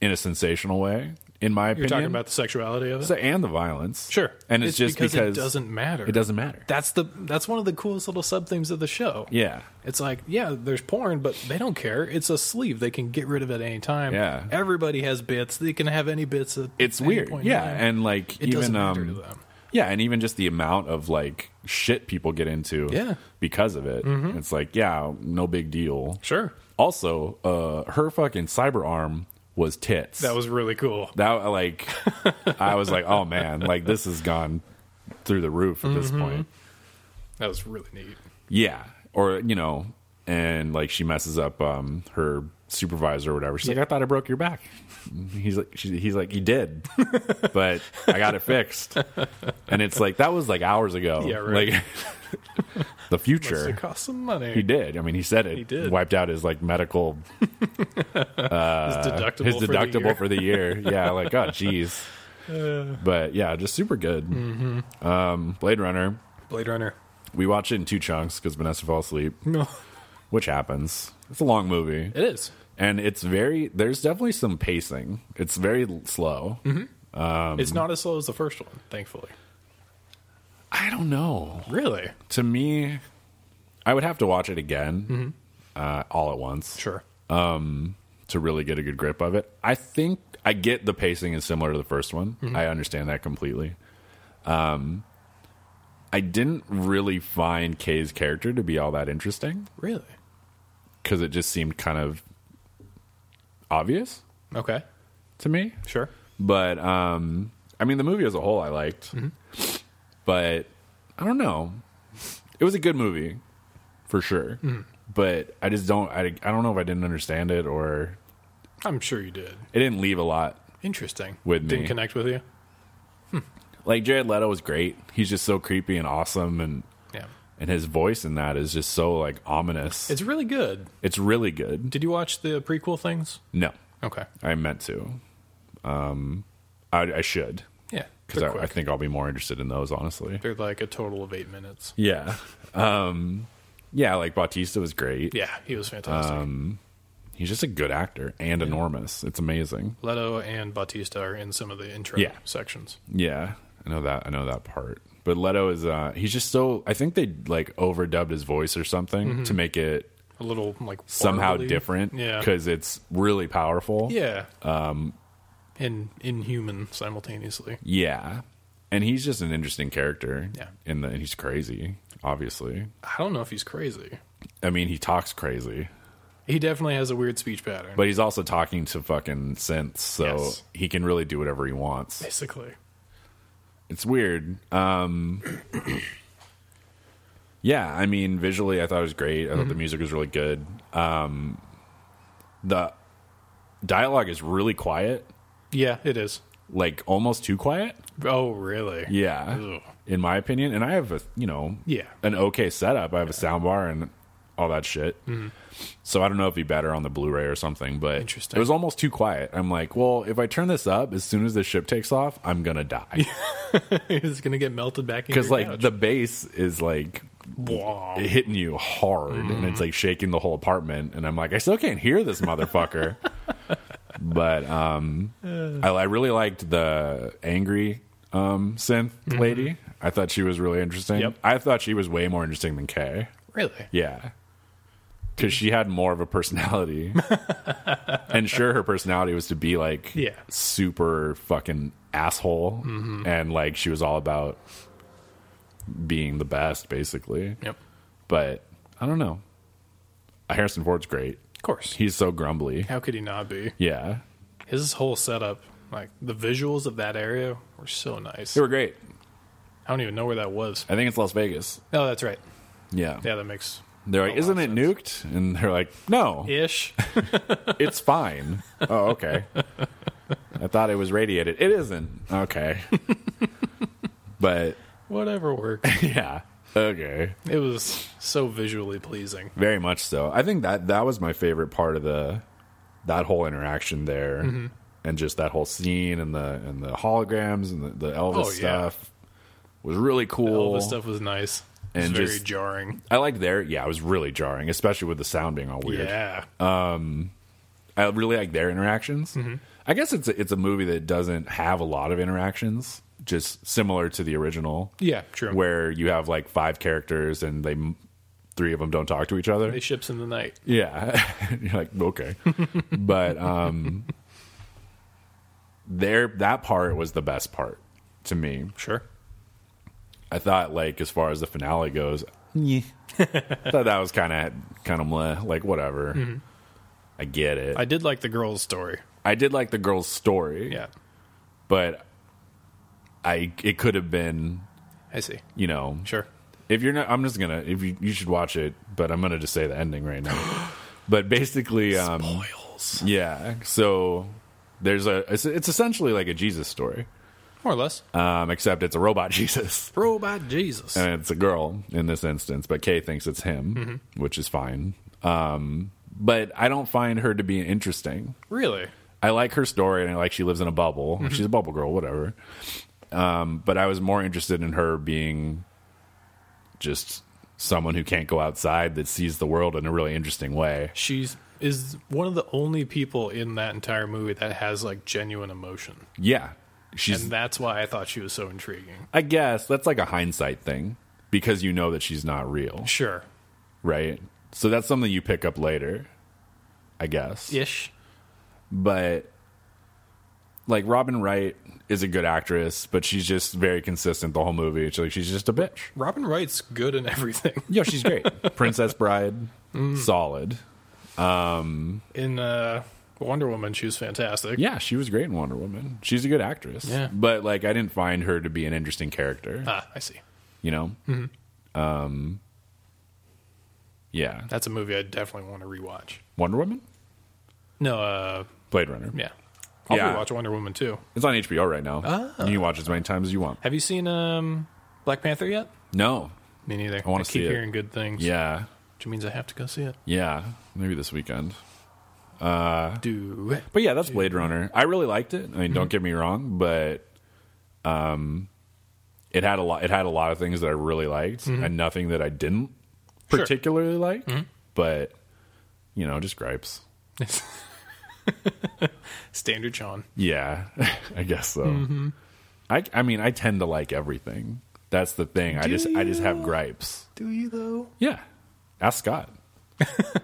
A: in a sensational way, in my
B: you're
A: opinion.
B: talking about the sexuality of it.
A: So- and the violence.
B: sure,
A: And it's, just because,
B: it doesn't matter.
A: It doesn't matter.
B: That's the that's one of the coolest little sub themes of the show.
A: Yeah.
B: It's like, yeah, there's porn, but they don't care. It's a sleeve. They can get rid of it at any time.
A: Yeah.
B: Everybody has bits. They can have any bits at
A: it's
B: any
A: weird
B: point in
A: yeah
B: time.
A: and like
B: it
A: even
B: doesn't matter to
A: um
B: them.
A: yeah and even just the amount of like shit people get into
B: Yeah. Mm-hmm.
A: because of it it's like yeah no big deal
B: Sure.
A: also uh her fucking cyber arm was tits
B: That was really cool.
A: that like i was like oh man like this has gone through the roof at
B: Mm-hmm.
A: this point
B: That was really neat.
A: yeah or you know and like she messes up um her supervisor or whatever she's like i thought i broke your back he's like she, he's like you did but i got it fixed and it's like that was like hours ago
B: Yeah, right.
A: like the
B: Must
A: future
B: have cost some money.
A: he did i mean he said it he
B: did.
A: wiped out his like medical
B: his deductible,
A: uh, his
B: for the
A: deductible
B: year. Uh.
A: for the year. yeah, like oh jeez. but yeah, just super good.
B: Mm-hmm.
A: Um, Blade Runner.
B: Blade Runner.
A: We watched it in two chunks because Vanessa fell asleep,
B: No,
A: which happens. It's a long movie,
B: it is.
A: and it's very. There's definitely some pacing. It's very l- slow. Um,
B: it's not as slow as the first one, thankfully.
A: I don't know.
B: Really?
A: To me, I would have to watch it again, uh, all at once,
B: Sure.
A: to really get a good grip of it. I think I get the pacing is similar to the first one. I understand that completely. Um, I didn't really find Kay's character to be all that interesting
B: Really?
A: because it just seemed kind of obvious
B: Okay.
A: to me.
B: Sure.
A: But um, I mean, the movie as a whole, I liked. But I don't know. It was a good movie for sure. But I just don't. I, I don't know if I didn't understand it or
B: I'm sure you did.
A: it didn't leave a lot.
B: Interesting.
A: With
B: Didn't
A: me.
B: connect with you.
A: Like Jared Leto was great. He's just so creepy and awesome, and
B: Yeah.
A: and his voice in that is just so like ominous. It's,
B: It's really good.
A: really good.
B: Did you watch the prequel things?
A: No,
B: Okay.
A: I meant to. Um, I, I should
B: Yeah.
A: because
B: they're
A: I, I
B: quick.
A: think I'll be more interested in those honestly.
B: they're like a total of eight minutes.
A: Yeah. Um yeah, like Bautista was great.
B: Yeah, he was fantastic.
A: Um, He's just a good actor and enormous. It's amazing.
B: Leto and Bautista are in some of the intro
A: Yeah.
B: sections.
A: Yeah. I know that. I know that part. But Leto is uh he's just so I think they like overdubbed his voice or something
B: Mm-hmm.
A: to make it
B: A little like
A: somehow
B: warbly.
A: different
B: Yeah.
A: cuz it's really powerful.
B: Yeah. Um and inhuman simultaneously.
A: Yeah. And he's just an interesting character.
B: Yeah.
A: In the and he's crazy, obviously.
B: I don't know if he's crazy.
A: I mean, he talks crazy,
B: He definitely has a weird speech pattern.
A: but he's also talking to fucking synths, so
B: Yes.
A: he can really do whatever he wants.
B: basically.
A: it's weird. Um, yeah, I mean, visually, I thought it was great. I thought
B: Mm-hmm.
A: the music was really good. Um, the dialogue is really quiet,
B: Yeah, it is.
A: like almost too quiet.
B: Oh, really?
A: Yeah,
B: Ugh.
A: in my opinion. And I have a, you know,
B: Yeah.
A: an okay setup. I have a sound bar and all that shit.
B: Mm-hmm.
A: So I don't know if it'd be better on the Blu-ray or something, but
B: Interesting.
A: it was almost too quiet. I'm like, well, if I turn this up as soon as the ship takes off, I'm gonna die
B: He's going to get melted back in.
A: because like the bass is like
B: Wow.
A: it hitting you hard and it's like shaking the whole apartment and i'm like i still can't hear this motherfucker but um I, I really liked the angry um synth lady i thought she was really interesting
B: Mm-hmm. Yep.
A: i thought she was way more interesting than kay
B: Really?
A: yeah because she had more of a personality and sure her personality was to be like
B: Yeah. Mm-hmm.
A: super fucking asshole and like she was all about being the best basically
B: Yep.
A: but I don't know. Uh, Harrison Ford's great.
B: Of course.
A: He's so grumbly.
B: How could he not be?
A: Yeah,
B: His whole setup, like the visuals of that area were so nice.
A: they were great.
B: I don't even know where that was.
A: I think it's Las Vegas.
B: Oh, that's right.
A: Yeah,
B: Yeah, that makes
A: they're like,
B: a lot
A: isn't
B: of
A: it nuked? And they're like, no,
B: ish.
A: it's fine. oh, okay. I thought it was radiated. It isn't. Okay. but
B: Whatever works.
A: yeah, okay.
B: It was so visually pleasing.
A: Very much so. I think that that was my favorite part of the that whole interaction there,
B: Mm-hmm.
A: and just that whole scene and the and the holograms and the, the Elvis
B: Oh, yeah.
A: stuff was really
B: All
A: cool.
B: the stuff was nice. It was
A: And
B: very
A: just-
B: jarring.
A: I liked their yeah, it was really jarring, especially with the sound being all weird. Uh,
B: Yeah.
A: I really like their interactions.
B: Mm-hmm.
A: I guess it's a, it's a movie that doesn't have a lot of interactions, just similar to the original,
B: yeah, true.
A: where you have like five characters and they three of them don't talk to each other.
B: they ships in the night.
A: Yeah. You're like, okay. but um there that part was the best part to me.
B: Sure.
A: I thought like as far as the finale goes, I thought that was kinda kinda meh, like whatever. I get it.
B: Mm-hmm. I
A: I,
B: did like the girl's story.
A: did like the girl's story,
B: Yeah.
A: but I it could have been,
B: I see.
A: you know,
B: Sure.
A: if you're not I'm just going to if you you should watch it, but I'm going to just say the ending right now. but basically um
B: Boils.
A: Yeah. So there's a it's, it's essentially like a Jesus story,
B: More or less.
A: um, except it's a robot Jesus
B: Robot Jesus.
A: and it's a girl in this instance. But Kay thinks it's him, which is fine. Um, but I don't find her to be interesting.
B: really?
A: I like her story and I like she lives in a bubble. She's a bubble girl, whatever. Um, but I was more interested in her being just someone who can't go outside that sees the world in a really interesting way.
B: She's is one of the only people in that entire movie that has like genuine emotion.
A: Yeah. She's
B: And that's why I thought she was so intriguing.
A: I guess that's like a hindsight thing because you know that she's not real,
B: Sure.
A: right? So that's something you pick up later, I guess.
B: Ish.
A: But like Robin Wright is a good actress, but she's just very consistent the whole movie. She's like she's just a bitch.
B: Robin Wright's good in everything.
A: Yo, she's great. Mm. Princess Bride, solid.
B: In uh, Wonder Woman, she was fantastic.
A: Yeah, she was great in Wonder Woman. She's a good actress.
B: Yeah.
A: But like I didn't find her to be an interesting character.
B: Ah, I see.
A: you know? Um Yeah.
B: That's a movie I definitely want to rewatch.
A: Wonder Woman?
B: No, uh,
A: Blade Runner.
B: yeah. I'll
A: Yeah.
B: rewatch Wonder Woman too.
A: It's on HBO right now. You can watch as many times as you want.
B: Have you seen um, Black Panther yet?
A: No.
B: Me neither. I
A: wanna
B: keep
A: see it.
B: hearing good things.
A: Yeah.
B: Which means I have to go see it.
A: Yeah. Maybe this weekend.
B: Do it.
A: But yeah, that's Blade Runner. I really liked it. I mean, don't get me wrong, but um, it had a lot. It had a lot of things that I really liked, and nothing that I didn't
B: Sure.
A: particularly like. But you know, just gripes.
B: Standard Sean.
A: Yeah, I guess so. I I mean, I tend to like everything. That's the thing. I just I just have gripes.
B: Do you though?
A: Yeah, ask Scott.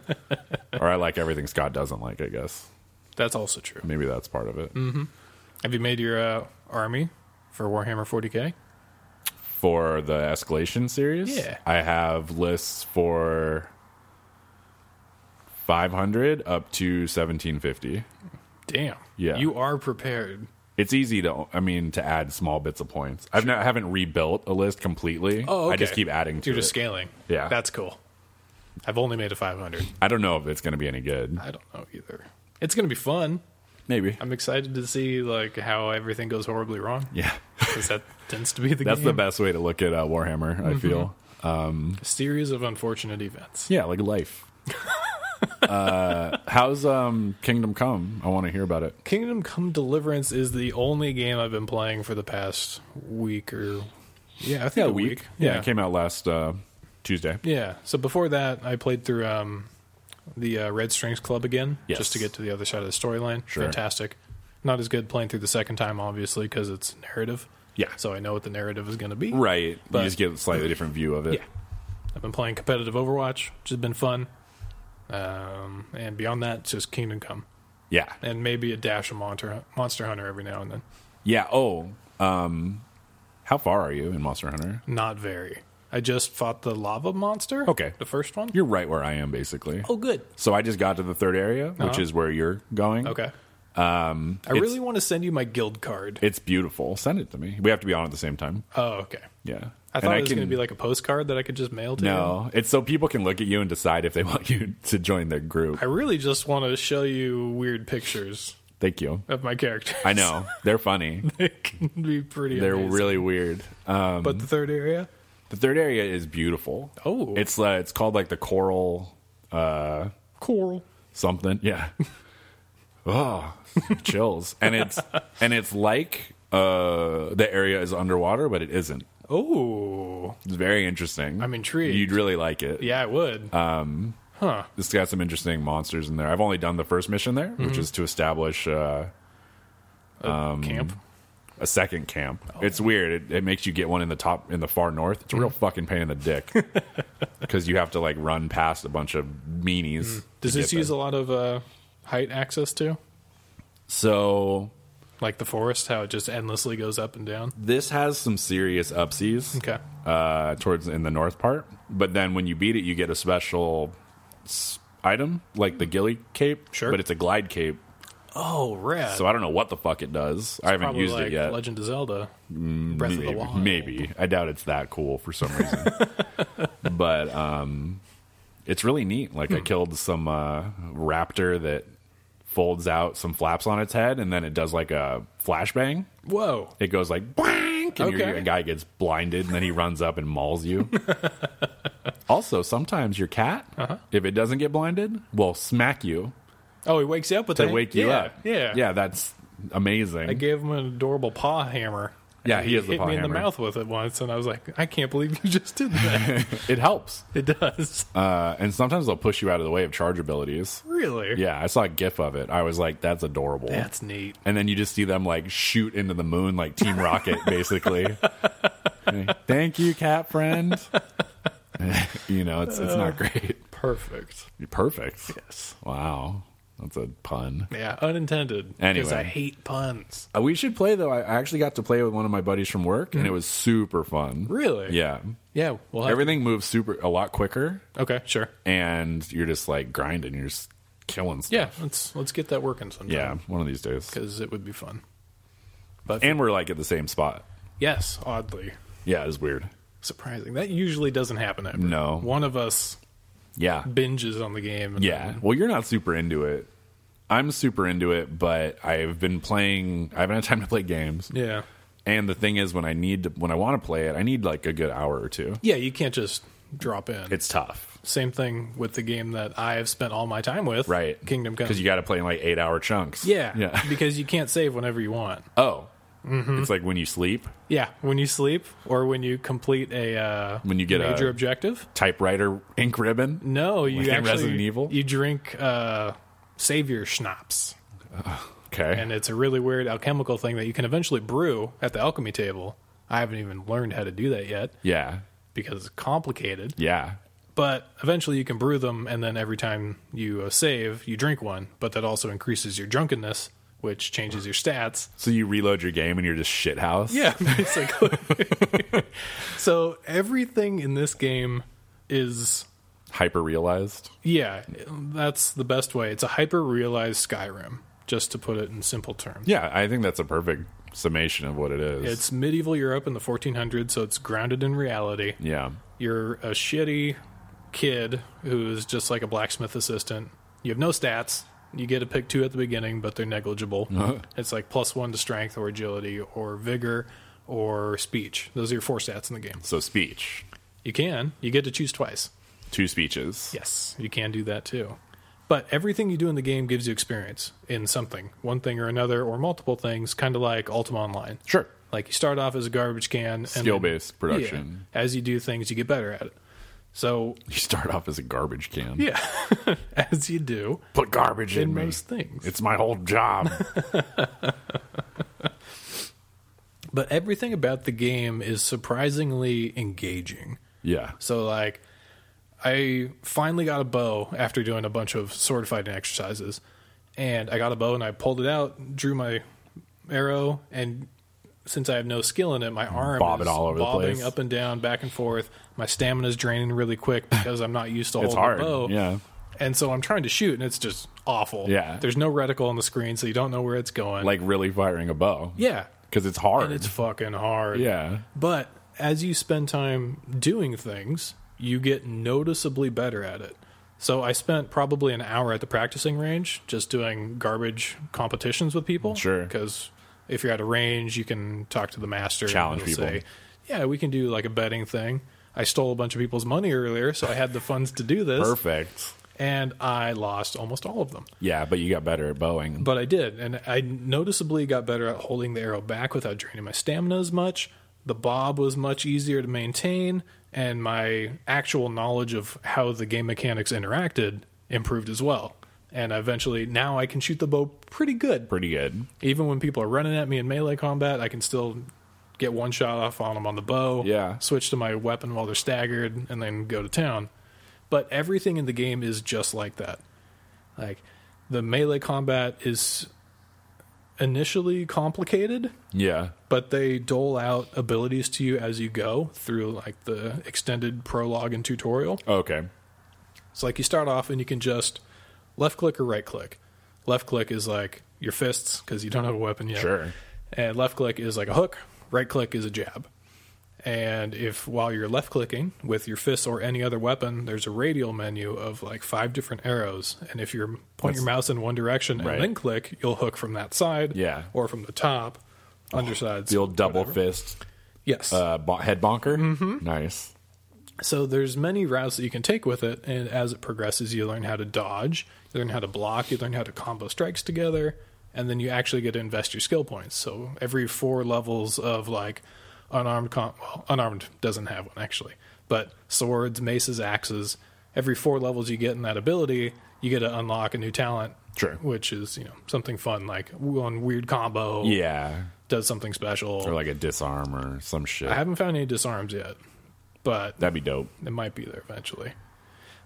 A: or I like everything Scott doesn't like. I guess
B: That's also true.
A: maybe that's part of it.
B: Mm. Have you made your uh, army for Warhammer 40k?
A: for the escalation series.
B: Yeah.
A: I have lists for 500 up to 1750.
B: Damn.
A: Yeah.
B: You are prepared.
A: It's easy to, I mean, to add small bits of points. I've not, I haven't rebuilt a list completely.
B: Oh, okay.
A: I just keep adding to
B: You're
A: it.
B: just scaling.
A: Yeah.
B: That's cool. I've only made a 500.
A: I don't know if it's going to be any good.
B: I don't know either. It's going to be fun.
A: Maybe.
B: I'm excited to see like how everything goes horribly wrong
A: Yeah.
B: because that tends to be the
A: That's the
B: game.
A: best way to look at uh, Warhammer,
B: Mm-hmm.
A: I feel.
B: series of unfortunate events.
A: Yeah, like life. uh, how's um, Kingdom Come? I want to hear about it.
B: Kingdom Come Deliverance is the only game I've been playing for the past week or yeah, I think a week.
A: Yeah, it came out last uh, Tuesday.
B: Yeah. So before that, I played through um, the uh, Red Strings Club again,
A: Yes.
B: just to get to the other side of the storyline.
A: Sure.
B: Fantastic. Not as good playing through the second time, obviously, because it's narrative.
A: Yeah.
B: So I know what the narrative is going to be.
A: Right.
B: But-
A: you just get a slightly different view of it.
B: Yeah. I've been playing competitive Overwatch, which has been fun. Um, and beyond that, it's just Kingdom Come,
A: Yeah.
B: and maybe a dash of Monster Monster Hunter every now and then.
A: Yeah. Oh, um, how far are you in Monster Hunter?
B: Not very. I just fought the lava monster.
A: Okay.
B: The first one.
A: You're right where I am, basically.
B: oh, good.
A: So I just got to the third area, which
B: Uh-huh.
A: is where you're going.
B: Okay. Um, I
A: it's-
B: really want to send you my guild card.
A: It's beautiful. Send it to me. We have to be on at the same time.
B: Oh, okay.
A: Yeah.
B: I thought it was going to be like a postcard that I could just mail to you.
A: No, it's so people can look at you and decide if they want you to join their group.
B: I really just want to show you weird pictures
A: Thank you.
B: of my character.
A: I know they're funny.
B: they can be pretty.
A: They're
B: amazing.
A: really weird. Um,
B: But the third area.
A: the third area is beautiful.
B: Oh.
A: it's uh, it's called like the coral uh,
B: Coral.
A: something. Yeah. oh, chills. And it's and it's like uh the area is underwater, but it isn't.
B: Oh,
A: It's very interesting.
B: I'm intrigued.
A: You'd really like it.
B: yeah, I would.
A: It's got some interesting monsters in there. I've only done the first mission there,
B: Mm-hmm.
A: which is to establish uh, Um,
B: Camp.
A: a second camp.
B: Oh.
A: It's weird. It, it makes you get one in the top in the far north. It's a
B: Mm.
A: real fucking pain in the dick because you have to like run past a bunch of meanies.
B: Mm. Does
A: to
B: this
A: get
B: use
A: there.
B: a lot of uh, height access too?
A: so?
B: Like the forest, how it just endlessly goes up and down.
A: This has some serious upsies.
B: Okay.
A: uh, towards in the north part. But then when you beat it, you get a special s- item like the gilly cape.
B: Mm. Sure.
A: but it's a glide cape.
B: Oh, rad.
A: So I don't know what the fuck it does. I haven't
B: Probably
A: used
B: like
A: it yet.
B: Legend of Zelda, Breath of the
A: maybe,
B: Wild.
A: maybe. I doubt it's that cool for some reason. but um, it's really neat. Like
B: Hmm.
A: I killed some uh, raptor that folds out some flaps on its head, and then it does like a flashbang.
B: Whoa.
A: It goes like blank, and your
B: Okay.
A: a guy gets blinded, and then he runs up and mauls you. also, sometimes your cat,
B: Uh-huh.
A: if it doesn't get blinded, will smack you
B: Oh, he wakes you up with
A: to
B: that.
A: wake you
B: Yeah,
A: up.
B: Yeah.
A: yeah, that's amazing.
B: I gave him an adorable paw hammer.
A: Yeah, he has the
B: hit
A: paw
B: me in the
A: hammer.
B: mouth with it once, and I was like, I can't believe you just did that.
A: it helps,
B: it does.
A: uh, and sometimes they'll push you out of the way of charge abilities.
B: really?
A: Yeah, I saw a GIF of it. I was like, "That's adorable."
B: That's neat.
A: and then you just see them like shoot into the moon like Team Rocket, basically. Thank you, cat friend. you know, it's it's not great.
B: Perfect.
A: Perfect.
B: Yes.
A: Wow. That's a pun.
B: Yeah, unintended.
A: Anyway.
B: Because I hate puns.
A: Uh, We should play though. I I actually got to play with one of my buddies from work, and it was super fun.
B: Really?
A: Yeah.
B: Yeah. Well, I-
A: Everything moves super a lot quicker,
B: okay, sure.
A: and you're just like grinding. You're just killing stuff.
B: Yeah, let's let's get that working sometime.
A: Yeah, one of these days.
B: because it would be fun.
A: And we're like at the same spot.
B: Yes, oddly
A: Yeah, it's weird.
B: surprising. That usually doesn't happen ever.
A: No.
B: one of us
A: Yeah.
B: binges on the game. And
A: Yeah.
B: then-
A: Well, you're not super into it. I'm super into it, but I've been playing. I haven't had time to play games.
B: yeah,
A: And the thing is, when I need to, when I want to play it, I need like a good hour or two.
B: yeah. You can't just drop in.
A: It's tough,
B: Same thing with the game that I have spent all my time with.
A: right?
B: Kingdom Come.
A: because you got to play in like eight hour chunks.
B: yeah,
A: Yeah.
B: Because you can't save whenever you want.
A: oh,
B: Mm-hmm.
A: it's like when you sleep,
B: Yeah, when you sleep or when you complete a uh,
A: When you get a-
B: major objective.
A: typewriter ink ribbon.
B: No, you
A: Like in
B: actually
A: Resident Evil?
B: you drink uh, savior schnapps,
A: Okay.
B: and it's a really weird alchemical thing that you can eventually brew at the alchemy table. I haven't even learned how to do that yet
A: yeah.
B: because it's complicated.
A: Yeah.
B: But eventually, you can brew them, and then every time you uh, save, you drink one. But that also increases your drunkenness, which changes your stats.
A: So you reload your game and you're just shit house.
B: Yeah, basically. so everything in this game is
A: Hyper realized.
B: Yeah, that's the best way. It's a hyper realized Skyrim, just to put it in simple terms.
A: Yeah, I think that's a perfect summation of what it is.
B: It's medieval Europe in the 1400s, so it's grounded in reality.
A: yeah.
B: You're a shitty kid who's just like a blacksmith assistant. You have no stats. You get to pick two at the beginning, but they're negligible. It's like plus one to strength or agility or vigor or speech. Those are your four stats in the game.
A: So speech,
B: You can. You get to choose twice.
A: two speeches.
B: Yes, you can do that too. But everything you do in the game gives you experience in something, one thing or another, or multiple things, kind of like Ultima Online.
A: Sure.
B: Like you start off as a garbage can, and
A: Skill based
B: then-
A: production.
B: yeah, as you do things, you get better at it. So
A: You start off as a garbage can.
B: yeah, as you do
A: Put garbage in,
B: in
A: me.
B: most things.
A: It's my whole job.
B: But everything about the game is surprisingly engaging.
A: yeah.
B: So like I finally got a bow after doing a bunch of sword fighting exercises. And I got a bow and I pulled it out, drew my arrow, and since I have no skill in it, my arm
A: Bob it
B: is
A: all over the
B: bobbing
A: place.
B: up and down, back and forth. My stamina's draining really quick because I'm not used to
A: It's
B: holding
A: hard.
B: a bow.
A: Yeah.
B: And so I'm trying to shoot and it's just awful.
A: Yeah.
B: There's no reticle on the screen, so you don't know where it's going.
A: Like really firing a bow.
B: Yeah.
A: Because it's hard.
B: And it's fucking hard.
A: yeah.
B: But as you spend time doing things, you get noticeably better at it. So I spent probably an hour at the practicing range just doing garbage competitions with people.
A: Sure.
B: Because if you're at a range, you can talk to the master. and
A: Challenge
B: he'll
A: people.
B: Say, yeah, we can do like a betting thing. I stole a bunch of people's money earlier, so I had the funds to do this,
A: Perfect.
B: and I lost almost all of them.
A: Yeah, but you got better at bowing.
B: But I did, and I noticeably got better at holding the arrow back without draining my stamina as much. The bob was much easier to maintain, and my actual knowledge of how the game mechanics interacted improved as well. And eventually, now I can shoot the bow pretty good.
A: Pretty good.
B: Even when people are running at me in melee combat, I can still get one shot off on them on the bow.
A: Yeah.
B: Switch to my weapon while they're staggered, and then go to town. But everything in the game is just like that. Like the melee combat is initially complicated,
A: Yeah.
B: but they dole out abilities to you as you go through like the extended prologue and tutorial.
A: Okay.
B: It's like you start off and you can just left click or right click. Left click is like your fists because you don't have a weapon yet.
A: Sure.
B: And left click is like a hook, right click is a jab. And if while you're left clicking with your fists or any other weapon, there's a radial menu of like five different arrows. And if you point your mouse in one direction
A: Right.
B: and then click, you'll hook from that side
A: Yeah. Oh,
B: or from the top, undersides.
A: The old double
B: whatever.
A: fist
B: Yes.
A: uh, bo- head bonker. Mm-hmm. Nice.
B: So there's many routes that you can take with it, and as it progresses, you learn how to dodge, you learn how to block, you learn how to combo strikes together, and then you actually get to invest your skill points. So every four levels of like unarmed, com- well, unarmed doesn't have one actually, but swords, maces, axes. Every four levels you get in that ability, you get to unlock a new talent.
A: Sure.
B: Which is you know something fun like one weird combo
A: Yeah.
B: does something special.
A: Or like a disarm or some shit.
B: I haven't found any disarms yet, but
A: That'd be dope.
B: it might be there eventually.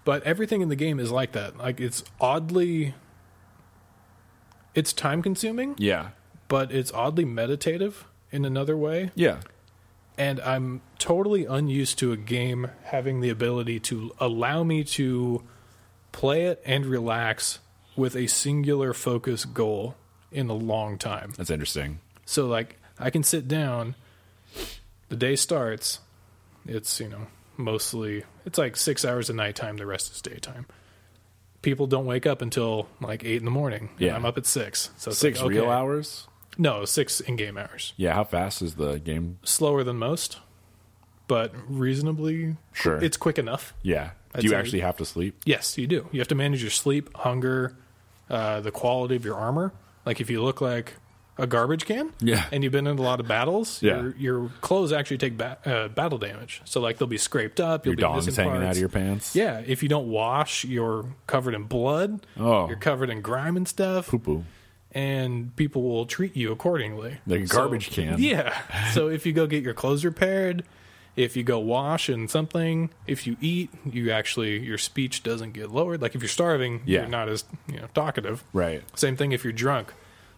B: But everything in the game is like that. Like it's oddly it's time consuming,
A: Yeah.
B: but it's oddly meditative in another way.
A: Yeah.
B: And I'm totally unused to a game having the ability to allow me to play it and relax with a singular focus goal in a long time.
A: That's interesting.
B: So like I can sit down. The day starts. It's you know mostly it's like six hours of nighttime. The rest is daytime. People don't wake up until like eight in the morning. and
A: Yeah.
B: I'm up at six. So it's
A: Six
B: like,
A: real
B: okay.
A: hours?
B: No, six in game hours.
A: Yeah. How fast is the game?
B: Slower than most, but reasonably
A: Sure.
B: It's quick enough.
A: yeah.
B: I'd
A: Do you
B: say-
A: actually have to sleep?
B: Yes, you do. You have to manage your sleep, hunger, uh, the quality of your armor. Like if you look like a garbage can,
A: Yeah.
B: and you've been in a lot of battles,
A: Yeah.
B: your, your clothes actually take ba- uh, battle damage. So like they'll be scraped up, you'll
A: Your
B: be
A: dong's
B: missing
A: hanging
B: parts.
A: out of your pants?
B: Yeah, if you don't wash, you're covered in blood.
A: Oh.
B: you're covered in grime and stuff,
A: Poo poo.
B: and people will treat you accordingly.
A: Like a garbage can.
B: Yeah. So if you go get your clothes repaired, if you go wash and something, if you eat, you actually your speech doesn't get lowered. Like if you're starving,
A: Yeah.
B: you're not as you know talkative.
A: Right.
B: Same thing if you're drunk.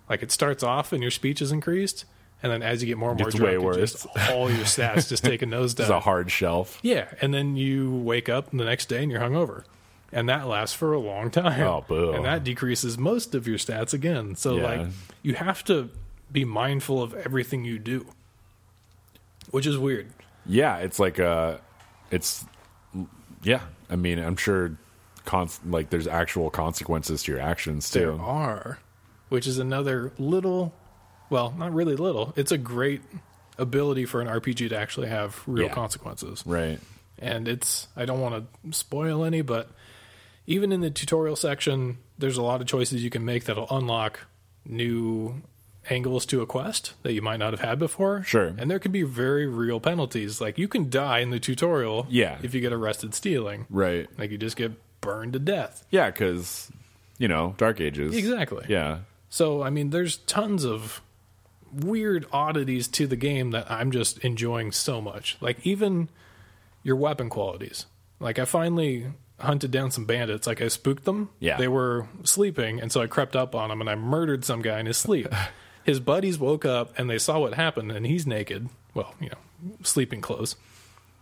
B: Like it starts off and your speech is increased, and then as you get more and more
A: Gets
B: drunk,
A: way
B: it
A: worse.
B: just all your stats just take a nosedive.
A: It's a hard shelf.
B: yeah, and then you wake up the next day and you're hungover. And that lasts for a long time.
A: Oh, boo.
B: And that decreases most of your stats again. So,
A: Yeah.
B: like, you have to be mindful of everything you do, which is weird.
A: Yeah, it's like uh it's yeah. I mean, I'm sure cons- like there's actual consequences to your actions
B: There
A: too.
B: are, which is another little, well, not really little. It's a great ability for an RPG to actually have real
A: Yeah.
B: consequences.
A: Right.
B: and it's I don't want to spoil any, but even in the tutorial section, there's a lot of choices you can make that'll unlock new angles to a quest that you might not have had before.
A: Sure.
B: And there could be very real penalties. Like you can die in the tutorial
A: Yeah.
B: if you get arrested stealing.
A: Right.
B: Like you just get burned to death.
A: Yeah, cuz you know, dark ages.
B: Exactly.
A: Yeah.
B: So I mean there's tons of weird oddities to the game that I'm just enjoying so much. Like even your weapon qualities. Like I finally hunted down some bandits. Like I spooked them.
A: Yeah.
B: They were sleeping, and so I crept up on them and I murdered some guy in his sleep. his buddies woke up and they saw what happened, and he's naked. Well, you know, sleeping clothes.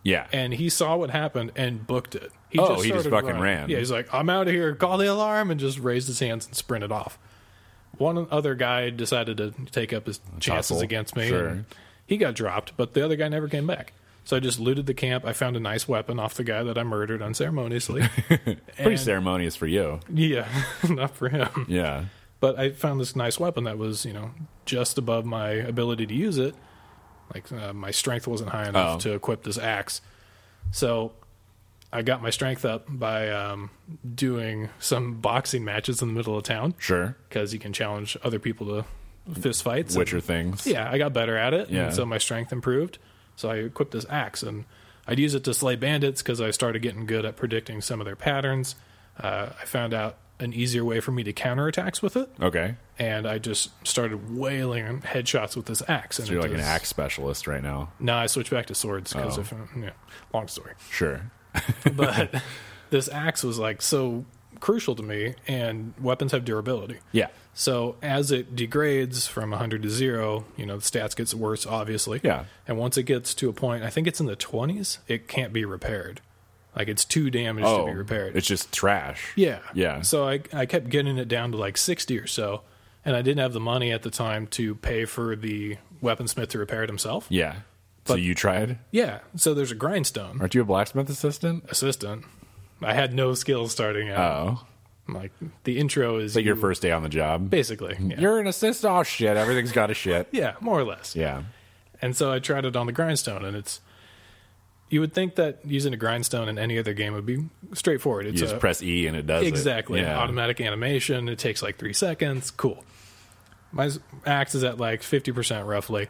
A: Yeah.
B: And he saw what happened and booked it. He
A: Oh, he just
B: started
A: fucking
B: running.
A: ran.
B: Yeah, he's like, I'm out of here. Call the alarm, and just raised his hands and sprinted off. One other guy decided to take up his chances
A: tussle.
B: against me.
A: Sure.
B: and He got dropped, but the other guy never came back. So I just looted the camp. I found a nice weapon off the guy that I murdered unceremoniously.
A: Pretty
B: and-
A: ceremonious for you.
B: yeah, not for him.
A: Yeah.
B: But I found this nice weapon that was, you know, just above my ability to use it. Like uh, my strength wasn't high enough
A: Oh.
B: to equip this axe, so I got my strength up by um, doing some boxing matches in the middle of town
A: Sure.
B: because you can challenge other people to fist fights.
A: Witcher things.
B: Yeah, I got better at it,
A: Yeah.
B: and so my strength improved. So I equipped this axe, and I'd use it to slay bandits because I started getting good at predicting some of their patterns. Uh, I found out an easier way for me to counter attacks with it,
A: Okay.
B: and I just started wailing headshots with this axe. And
A: So you're
B: it
A: like an
B: does-
A: axe specialist right now.
B: No, I switched back to swords because
A: Oh.
B: of um, yeah, long story
A: Sure.
B: but this axe was like so crucial to me and weapons have durability
A: Yeah.
B: so as it degrades from 100 to 0 you know the stats gets worse obviously
A: Yeah.
B: and once it gets to a point i think it's in the 20s it can't be repaired like it's too damaged
A: Oh,
B: to be repaired
A: it's just trash.
B: yeah
A: Yeah.
B: so I, I kept getting it down to like 60 or so and i didn't have the money at the time to pay for the weaponsmith to repair it himself
A: Yeah. so
B: But-
A: you tried?
B: yeah so there's a grindstone
A: Aren't you a blacksmith assistant?
B: assistant i had no skills starting out
A: Oh.
B: like the intro is
A: Like your
B: you-
A: first day on the job.
B: basically yeah.
A: Mm. You're an assistant. Oh shit! Everything's got a shit.
B: yeah more or less
A: Yeah.
B: and so i tried it on the grindstone and it's you would think that using a grindstone in any other game would be straightforward it's
A: You just
B: a,
A: press E and it does it.
B: exactly an
A: Yeah.
B: automatic animation it takes like three seconds cool my s- axe is at like 50% roughly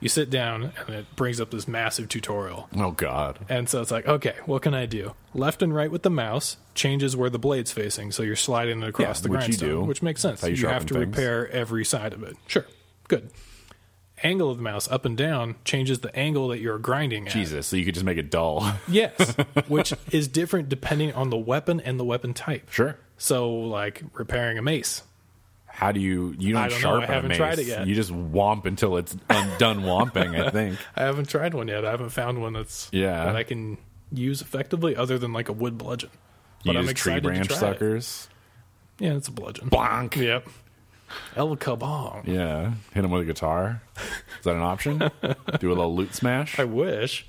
B: you sit down and it brings up this massive tutorial
A: Oh god.
B: And so it's like, okay, what can I do? Left and right with the mouse changes where the blade's facing, so you're sliding it across
A: Yeah,
B: the
A: which you
B: grindstone,
A: do.
B: which makes sense.
A: how you
B: have
A: sharpen
B: to
A: things.
B: repair every side of it. Sure, good. Angle of the mouse up and down changes the angle that you're grinding at.
A: Jesus. So you could just make it dull.
B: Yes, which is different depending on the weapon and the weapon type.
A: Sure.
B: So, like repairing a mace
A: how do you you don't,
B: I don't know.
A: sharpen
B: I haven't
A: a mace?
B: tried it yet.
A: You just womp until it's un- done womping. I think.
B: I haven't tried one yet. I haven't found one that's
A: Yeah.
B: that I can use effectively, other than like a wood bludgeon.
A: You
B: But I'm
A: use tree
B: excited to
A: branch
B: try it.
A: suckers.
B: Yeah, it's a bludgeon.
A: Bonk.
B: Yep. El Kabong.
A: Yeah, hit him with a guitar. Is that an option? Do a little loot smash.
B: I wish,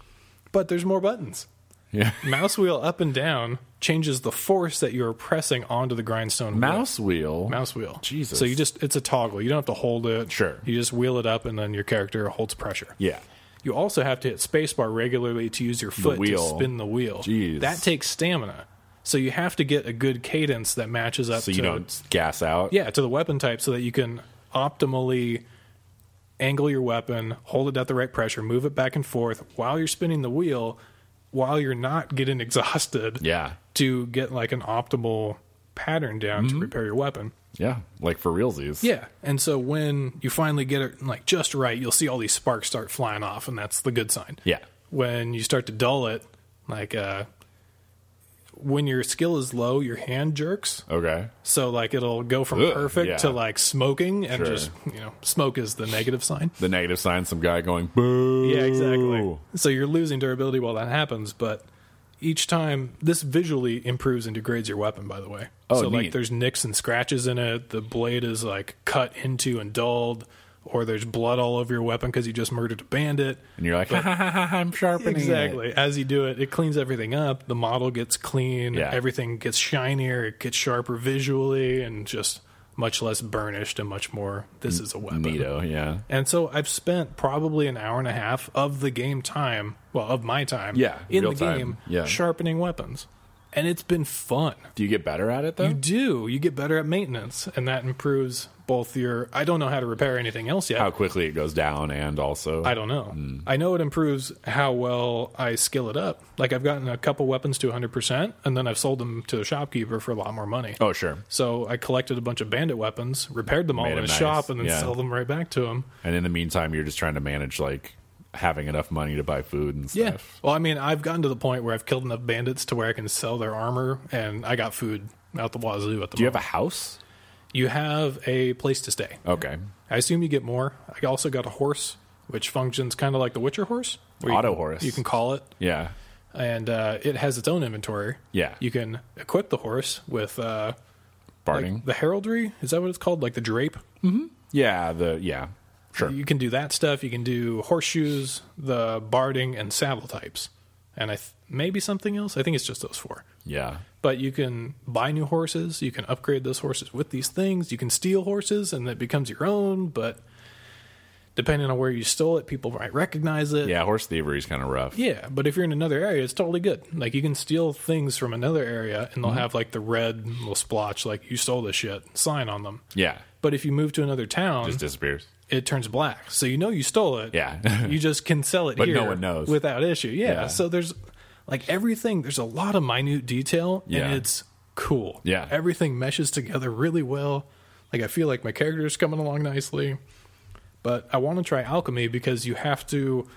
B: but there's more buttons.
A: Yeah,
B: Mouse wheel up and down changes the force that you are pressing onto the grindstone. wheel.
A: mouse wheel.
B: Mouse wheel.
A: Jesus.
B: So you just it's a toggle. You don't have to hold it.
A: Sure.
B: You just wheel it up and then your character holds pressure.
A: Yeah,
B: You also have to hit spacebar regularly to use your foot
A: wheel.
B: to spin the wheel.
A: Jeez.
B: That takes stamina. So you have to get a good cadence that matches up
A: so
B: to
A: you don't gas out.
B: yeah, to the weapon type so that you can optimally angle your weapon, hold it at the right pressure, move it back and forth while you're spinning the wheel, while you're not getting exhausted
A: yeah,
B: to get like an optimal pattern down
A: Mm-hmm.
B: to repair your weapon.
A: yeah. Like for realsies.
B: Yeah. And so when you finally get it like just right, you'll see all these sparks start flying off and that's the good sign.
A: yeah.
B: When you start to dull it, like uh when your skill is low, your hand jerks.
A: Okay.
B: So like it'll go from
A: Ugh,
B: perfect
A: yeah.
B: to like smoking and
A: Sure.
B: just you know, smoke is the negative sign.
A: The negative sign. Some guy going boo.
B: So you're losing durability while that happens, but each time this visually improves and degrades your weapon, by the way.
A: Oh,
B: so
A: neat.
B: like there's nicks and scratches in it, the blade is like cut into and dulled, or there's blood all over your weapon because you just murdered a bandit.
A: And you're like, ha, ha, ha, ha, I'm sharpening. it."
B: Exactly. As you do it, it cleans everything up. The model gets clean.
A: Yeah.
B: Everything gets shinier. It gets sharper visually and just much less burnished and much more. This is a weapon.
A: Neato. Yeah.
B: And so I've spent probably an hour and a half of the game time, well, of my time,
A: Yeah,
B: in
A: real
B: the
A: time.
B: game,
A: Yeah.
B: sharpening weapons. And it's been fun.
A: Do you get better at it though?
B: You do. You get better at maintenance, and that improves both your. I don't know how to repair anything else yet.
A: How quickly it goes down, and also
B: I don't know.
A: Mm.
B: I know it improves how well I skill it up. Like I've gotten a couple weapons to 100%, and then I've sold them to the shopkeeper for a lot more money.
A: oh sure,
B: So I collected a bunch of bandit weapons, repaired them all
A: Made
B: in
A: them
B: a
A: nice.
B: shop, and then
A: Yeah.
B: sell them right back to him.
A: And in the meantime, you're just trying to manage like having enough money to buy food and
B: Yeah.
A: stuff.
B: Well, I mean, I've gotten to the point where I've killed enough bandits to where I can sell their armor, and I got food out the wazoo at the
A: Do you Oh. have
B: moment.
A: a house?
B: you have a place to stay.
A: Okay.
B: I assume you get more. I also got a horse, which functions kind of like the Witcher horse. where
A: Auto
B: you,
A: horse.
B: You can call it.
A: Yeah.
B: and uh, it has its own inventory.
A: Yeah.
B: you can equip the horse with uh, like,
A: Barting.
B: the heraldry. Is that what it's called? Like the drape.
A: yeah. The yeah. Sure.
B: You can do that stuff. You can do horseshoes, the barding, and saddle types, and I th- maybe something else. I think it's just those four.
A: Yeah.
B: But you can buy new horses. You can upgrade those horses with these things. You can steal horses, and it becomes your own. But depending on where you stole it, people might recognize it.
A: Yeah. Horse thievery is kind of rough.
B: Yeah, but if you're in another area, it's totally good. Like you can steal things from another area, and they'll
A: Mm-hmm.
B: have like the red little splotch, like you stole this shit sign on them.
A: Yeah.
B: But if you move to another town,
A: Just disappears.
B: it turns black, so you know you stole it.
A: Yeah.
B: you just can sell it,
A: But
B: here
A: no one knows.
B: without issue. Yeah.
A: Yeah.
B: So there's like everything. There's a lot of minute detail,
A: Yeah.
B: and it's cool.
A: Yeah.
B: everything meshes together really well. Like I feel like my character's coming along nicely but I want to try alchemy because you have to.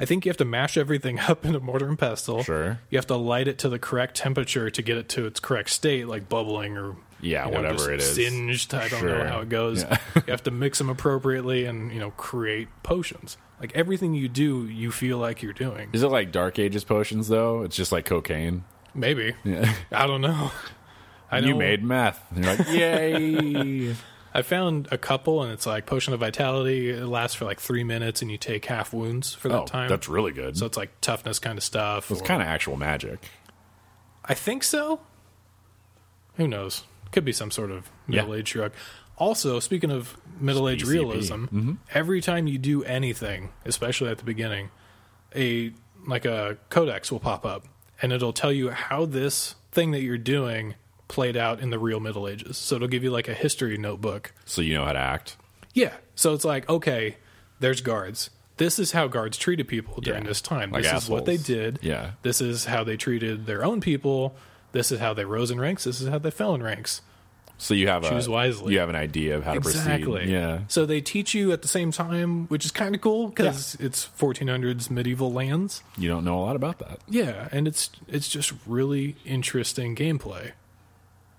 B: I think you have to mash everything up in a mortar and pestle.
A: Sure.
B: You have to light it to the correct temperature to get it to its correct state, like bubbling or
A: Yeah,
B: you know,
A: whatever
B: just
A: it is.
B: Singed. I don't
A: Sure.
B: know how it goes.
A: Yeah.
B: you have to mix them appropriately and you know create potions. Like everything you do, you feel like you're doing.
A: Is it like Dark Ages potions though? It's just like cocaine.
B: Maybe.
A: Yeah.
B: I don't know. I
A: You
B: know-
A: made meth. And you're like, yay.
B: I found a couple, and it's like potion of vitality. It lasts for like three minutes, and you take half wounds for that
A: oh,
B: time.
A: that's really good.
B: So it's like toughness kind of stuff.
A: it's kind of actual magic.
B: I think so. Who knows? Could be some sort of
A: Yeah.
B: middle age drug. Also, speaking of middle age
A: BCB.
B: realism, every time you do anything, especially at the beginning, a like a codex will pop up and it'll tell you how this thing that you're doing played out in the real middle ages. So it'll give you like a history notebook
A: So you know how to act.
B: yeah. So it's like, okay, there's guards. This is how guards treated people during
A: Yeah.
B: this time.
A: Like
B: this is what they
A: assholes.
B: did.
A: Yeah.
B: This is how they treated their own people. This is how they rose in ranks. This is how they fell in ranks.
A: So you have
B: Choose
A: a,
B: wisely.
A: You have an idea of how to proceed.
B: Exactly.
A: Yeah.
B: So they teach you at the same time, which is kind of cool because it's 1400s medieval lands.
A: You don't know a lot about that.
B: Yeah, and it's it's just really interesting gameplay.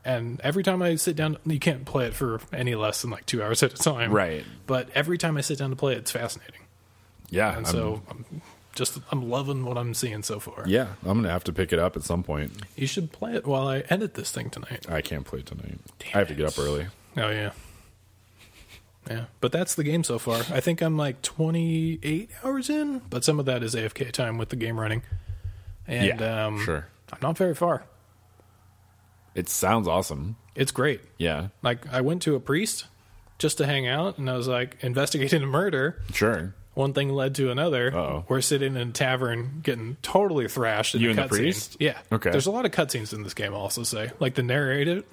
B: And every time I sit down, you can't play it for any less than like two hours at a time.
A: Right.
B: But every time I sit down to play it, it's fascinating.
A: Yeah. I'm-
B: And so I'm just, I'm loving what I'm seeing so far.
A: yeah, I'm gonna have to pick it up at some point.
B: You should play it while I edit this thing tonight.
A: I can't play tonight. I have to get up early.
B: Oh, yeah. Yeah. But that's the game so far. I think I'm like 28 hours in, but some of that is AFK time with the game running. And
A: yeah,
B: um,
A: sure.
B: I'm not very far.
A: It sounds awesome.
B: It's great.
A: Yeah,
B: Like I went to a priest just to hang out, and I was like investigating a murder.
A: sure.
B: One thing led to another.
A: Uh-oh.
B: We're sitting in a tavern, getting totally thrashed. In
A: You
B: a
A: and the
B: cutscene.
A: priest?
B: Yeah.
A: Okay.
B: There's a lot of cutscenes in this game. I'll also say, like the narrative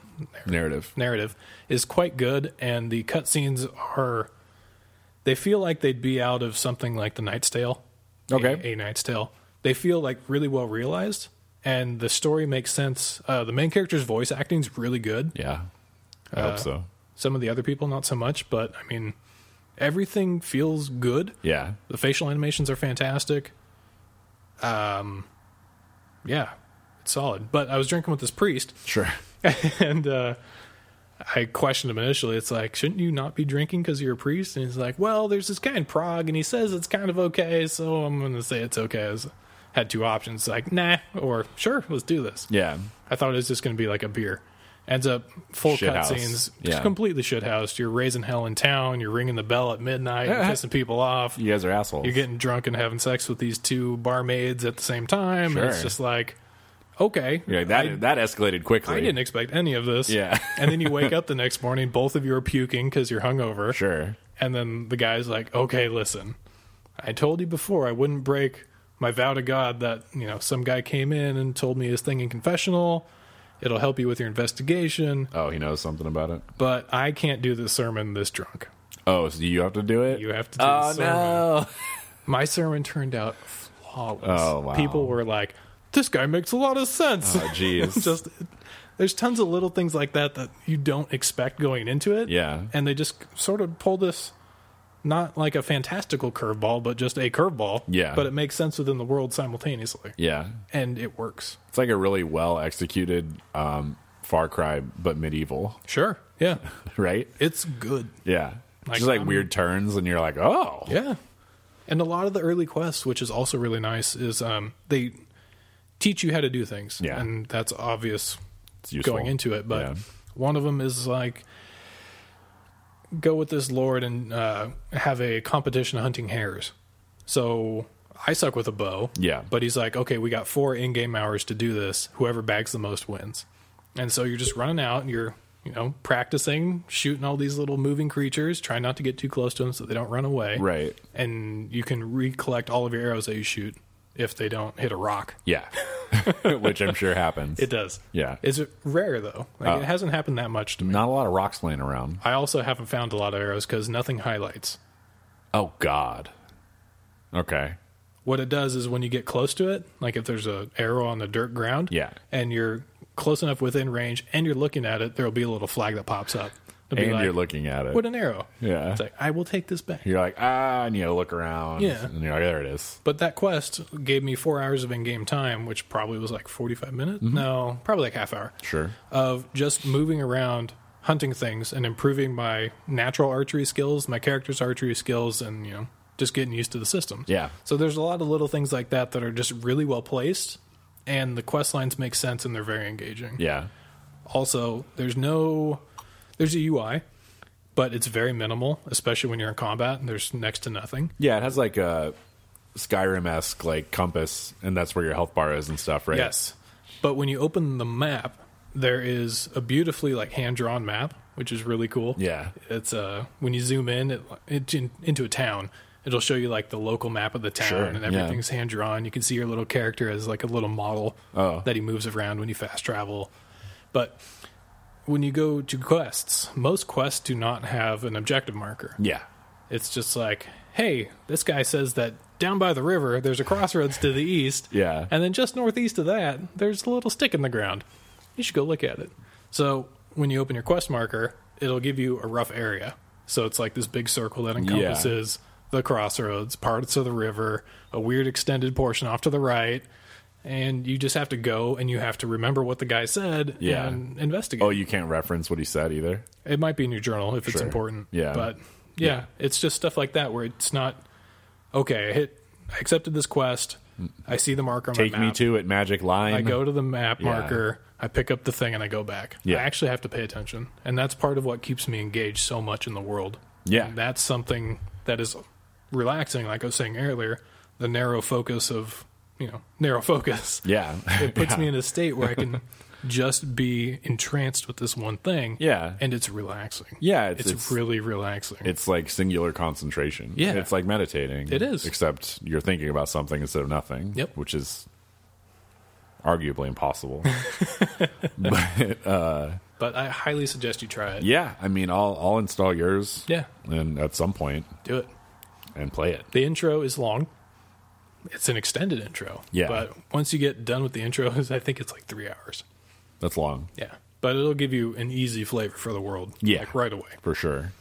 A: Narrative.
B: narrative is quite good, and the cutscenes are. They feel like they'd be out of something like The Knight's Tale.
A: Okay.
B: A, a Knight's Tale. They feel like really well realized, and the story makes sense. Uh, the main character's voice acting is really good.
A: Yeah, I
B: Uh,
A: hope so.
B: Some of the other people, not so much, but I mean, everything feels good.
A: Yeah,
B: The facial animations are fantastic. Um, yeah, it's solid. But I was drinking with this priest,
A: sure.
B: and uh, I questioned him initially. It's like, shouldn't you not be drinking because you're a priest? And he's like, well, there's this guy in Prague, and he says it's kind of okay, so I'm going to say it's okay. I was, had two options, like nah, or sure, let's do this.
A: Yeah,
B: I thought it was just going to be like a beer. Ends up full
A: Shit house.
B: cutscenes,
A: Yeah.
B: just completely shithoused. You're raising hell in town. You're ringing the bell at midnight, and pissing people off.
A: you guys are assholes.
B: You're getting drunk and having sex with these two barmaids at the same time. And it's
A: Sure.
B: just like, okay,
A: You're like, that.
B: I,
A: that escalated quickly.
B: I didn't expect any of this.
A: Yeah.
B: and then you wake up the next morning, both of you are puking because you're hungover.
A: Sure.
B: And then the guy's like, okay, listen, I told you before I wouldn't break my vow to God that, you know, some guy came in and told me his thing in confessional. It'll help you with your investigation,
A: Oh, he knows something about it.
B: but I can't do this sermon this drunk.
A: Oh, so you have to do it.
B: You have to do
A: oh
B: the sermon.
A: no.
B: My sermon turned out flawless.
A: Oh, wow.
B: People were like, this guy makes a lot of sense.
A: Oh, jeez.
B: just there's tons of little things like that that you don't expect going into it.
A: Yeah.
B: And they just sort of pull this not like a fantastical curveball, but just a curveball.
A: Yeah.
B: But it makes sense within the world simultaneously.
A: yeah,
B: And it works.
A: it's like a really well executed um, Far Cry, but medieval,
B: Sure. Yeah.
A: right?
B: It's good.
A: Yeah,
B: Like,
A: just like
B: I'm-
A: weird turns, and you're like, oh,
B: Yeah. And a lot of the early quests, which is also really nice, is um, they teach you how to do things.
A: Yeah.
B: And that's obvious
A: it's useful.
B: going into it. But
A: Yeah.
B: one of them is like, go with this lord and uh, have a competition hunting hares. So I suck with a bow.
A: Yeah.
B: But he's like, okay, we got four in game hours to do this. Whoever bags the most wins. And so you're just running out and you're, you know, practicing, shooting all these little moving creatures, trying not to get too close to them so they don't run away.
A: right.
B: And you can recollect all of your arrows that you shoot if they don't hit a rock.
A: Yeah, which I'm sure happens.
B: It does.
A: yeah, Oh.
B: It's rare though. Like, It hasn't happened that much to me.
A: not a lot of rocks laying around.
B: I also haven't found a lot of arrows because nothing highlights.
A: Oh God. Okay.
B: What it does is when you get close to it, like if there's a arrow on the dirt ground,
A: Yeah.
B: and you're close enough within range and you're looking at it, there'll be a little flag that pops up. It'll be
A: and
B: like,
A: you're looking at it.
B: what an arrow!
A: yeah.
B: It's like I will take this back.
A: you're like, ah, I need to look around.
B: Yeah.
A: And you're like, "Oh, there it is.
B: But that quest gave me four hours of in-game time, which probably was like 45 minutes.
A: Mm-hmm.
B: No, probably like half hour.
A: Sure.
B: of just moving around hunting things and improving my natural archery skills, my character's archery skills, and you know, just getting used to the system.
A: Yeah.
B: So there's a lot of little things like that that are just really well placed, and the quest lines make sense and they're very engaging.
A: Yeah.
B: Also, there's no, there's a UI, but it's very minimal, especially when you're in combat and there's next to nothing.
A: Yeah. It has like a Skyrim esque like compass, and that's where your health bar is and stuff, right?
B: Yes. But when you open the map, there is a beautifully like hand drawn map, which is really cool.
A: Yeah.
B: It's uh when you zoom in it, it in, into a town, it'll show you like the local map of the town
A: Sure,
B: and
A: yeah.
B: everything's hand drawn. You can see your little character as like a little model
A: Oh.
B: that he moves around when you fast travel. But when you go to quests, most quests do not have an objective marker.
A: Yeah.
B: It's just like, hey, this guy says that down by the river, there's a crossroads to the east.
A: Yeah.
B: And then just northeast of that, there's a little stick in the ground. You should go look at it. So when you open your quest marker, it'll give you a rough area. So it's like this big circle that encompasses the crossroads, parts of the river, a weird extended portion off to the right, and you just have to go and you have to remember what the guy said
A: Yeah.
B: and investigate.
A: Oh, you can't reference what he said either.
B: It might be in your journal if it's
A: Sure.
B: important.
A: Yeah.
B: But yeah, it's just stuff like that where it's not okay, I hit I accepted this quest. I see the marker on
A: Mm. Take
B: my
A: me
B: map.
A: to it, magic line.
B: I go to the map
A: Yeah.
B: marker, I pick up the thing and I go back.
A: Yeah.
B: I actually have to pay attention. And that's part of what keeps me engaged so much in the world.
A: Yeah.
B: And that's something that is relaxing, like I was saying earlier, the narrow focus of you know, narrow focus.
A: Yeah.
B: It puts me in a state where I can just be entranced with this one thing.
A: Yeah.
B: And it's relaxing.
A: Yeah, it's-
B: It's,
A: it's-
B: really relaxing.
A: It's like singular concentration.
B: Yeah.
A: It's like meditating.
B: It is.
A: Except you're thinking about something instead of nothing.
B: Yep.
A: Which is arguably impossible. but
B: but I highly suggest you try it.
A: yeah, I mean, I'll, I'll install yours.
B: Yeah.
A: And at some point
B: Do it.
A: and play it.
B: The intro is long. It's an extended intro.
A: Yeah.
B: But once you get done with the intros, I think it's like three hours.
A: That's long
B: Yeah. But it'll give you an easy flavor for the world.
A: Yeah.
B: Like right away.
A: for sure.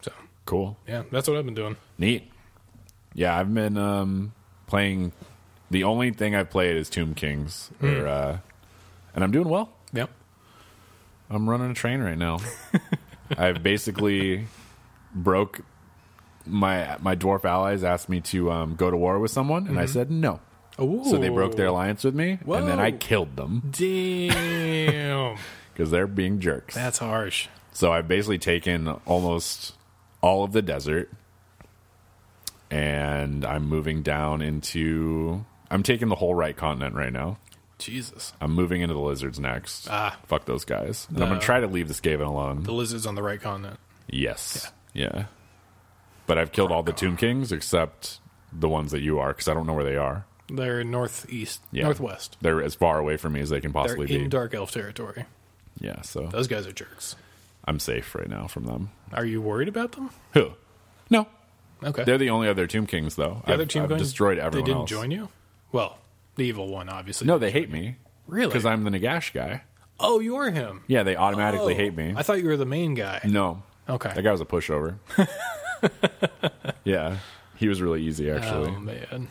B: So
A: Cool.
B: yeah, that's what I've been doing.
A: Neat. Yeah, I've been um, playing. The only thing I've played is Tomb Kings, or, uh, and I'm doing well.
B: Yep.
A: I'm running a train right now. I've basically broke my my dwarf allies asked me to um, go to war with someone, and I said no.
B: Oh
A: So they broke their alliance with me, and then I
B: Whoa.
A: killed them
B: Damn.
A: because they're being jerks.
B: that's harsh.
A: So I've basically taken almost all of the desert and I'm moving down into I'm taking the whole right continent right now.
B: Jesus.
A: I'm moving into the lizards next.
B: Ah.
A: Fuck those guys. And I'm going
B: No.
A: to try to leave this Skaven alone.
B: The lizard's on the right continent.
A: yes. Yeah. But I've killed all the tomb kings except the ones that you are cuz I don't know where they are.
B: They're northeast.
A: Yeah.
B: Northwest.
A: They're as far away from me as they can
B: They're
A: possibly
B: in
A: be.
B: Dark Elf territory.
A: yeah, so
B: Those guys are jerks.
A: I'm safe right now from them.
B: Are you worried about them?
A: Who? No.
B: Okay.
A: They're the only other tomb kings though.
B: the
A: I've,
B: other team
A: I've
B: going-
A: destroyed everyone
B: They didn't
A: else.
B: join you. Well, the evil one, obviously.
A: No, they hate me.
B: Really?
A: Because I'm the Nagash guy.
B: Oh, you're him.
A: Yeah, they automatically
B: Oh,
A: hate me.
B: I thought you were the main guy.
A: no.
B: Okay.
A: That guy was a pushover. yeah. He was really easy actually.
B: Oh man.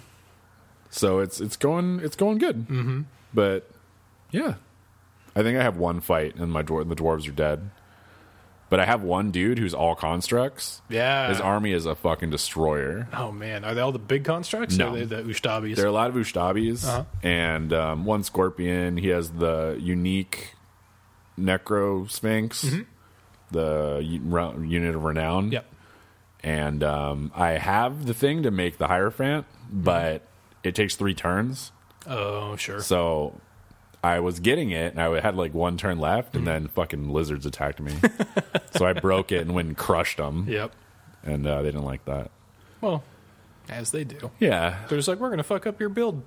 A: so it's it's going it's going good. Mm-hmm. But yeah. I think I have one fight and my dwar- the dwarves are dead. But I have one dude who's all constructs.
B: Yeah.
A: His army is a fucking destroyer.
B: Oh man. Are they all the big constructs?
A: No.
B: Or are they the Ushtabis?
A: There are a lot of Ushtabis and um, one scorpion. He has the unique Necro Sphinx, the u- re- unit of renown.
B: Yep.
A: And um, I have the thing to make the Hierophant, but it takes three turns.
B: Oh sure.
A: So I was getting it, and I had like one turn left, and then fucking lizards attacked me. so I broke it and went and crushed them.
B: Yep.
A: And uh, they didn't like that.
B: Well, as they do.
A: Yeah.
B: They're just like, we're gonna fuck up your build,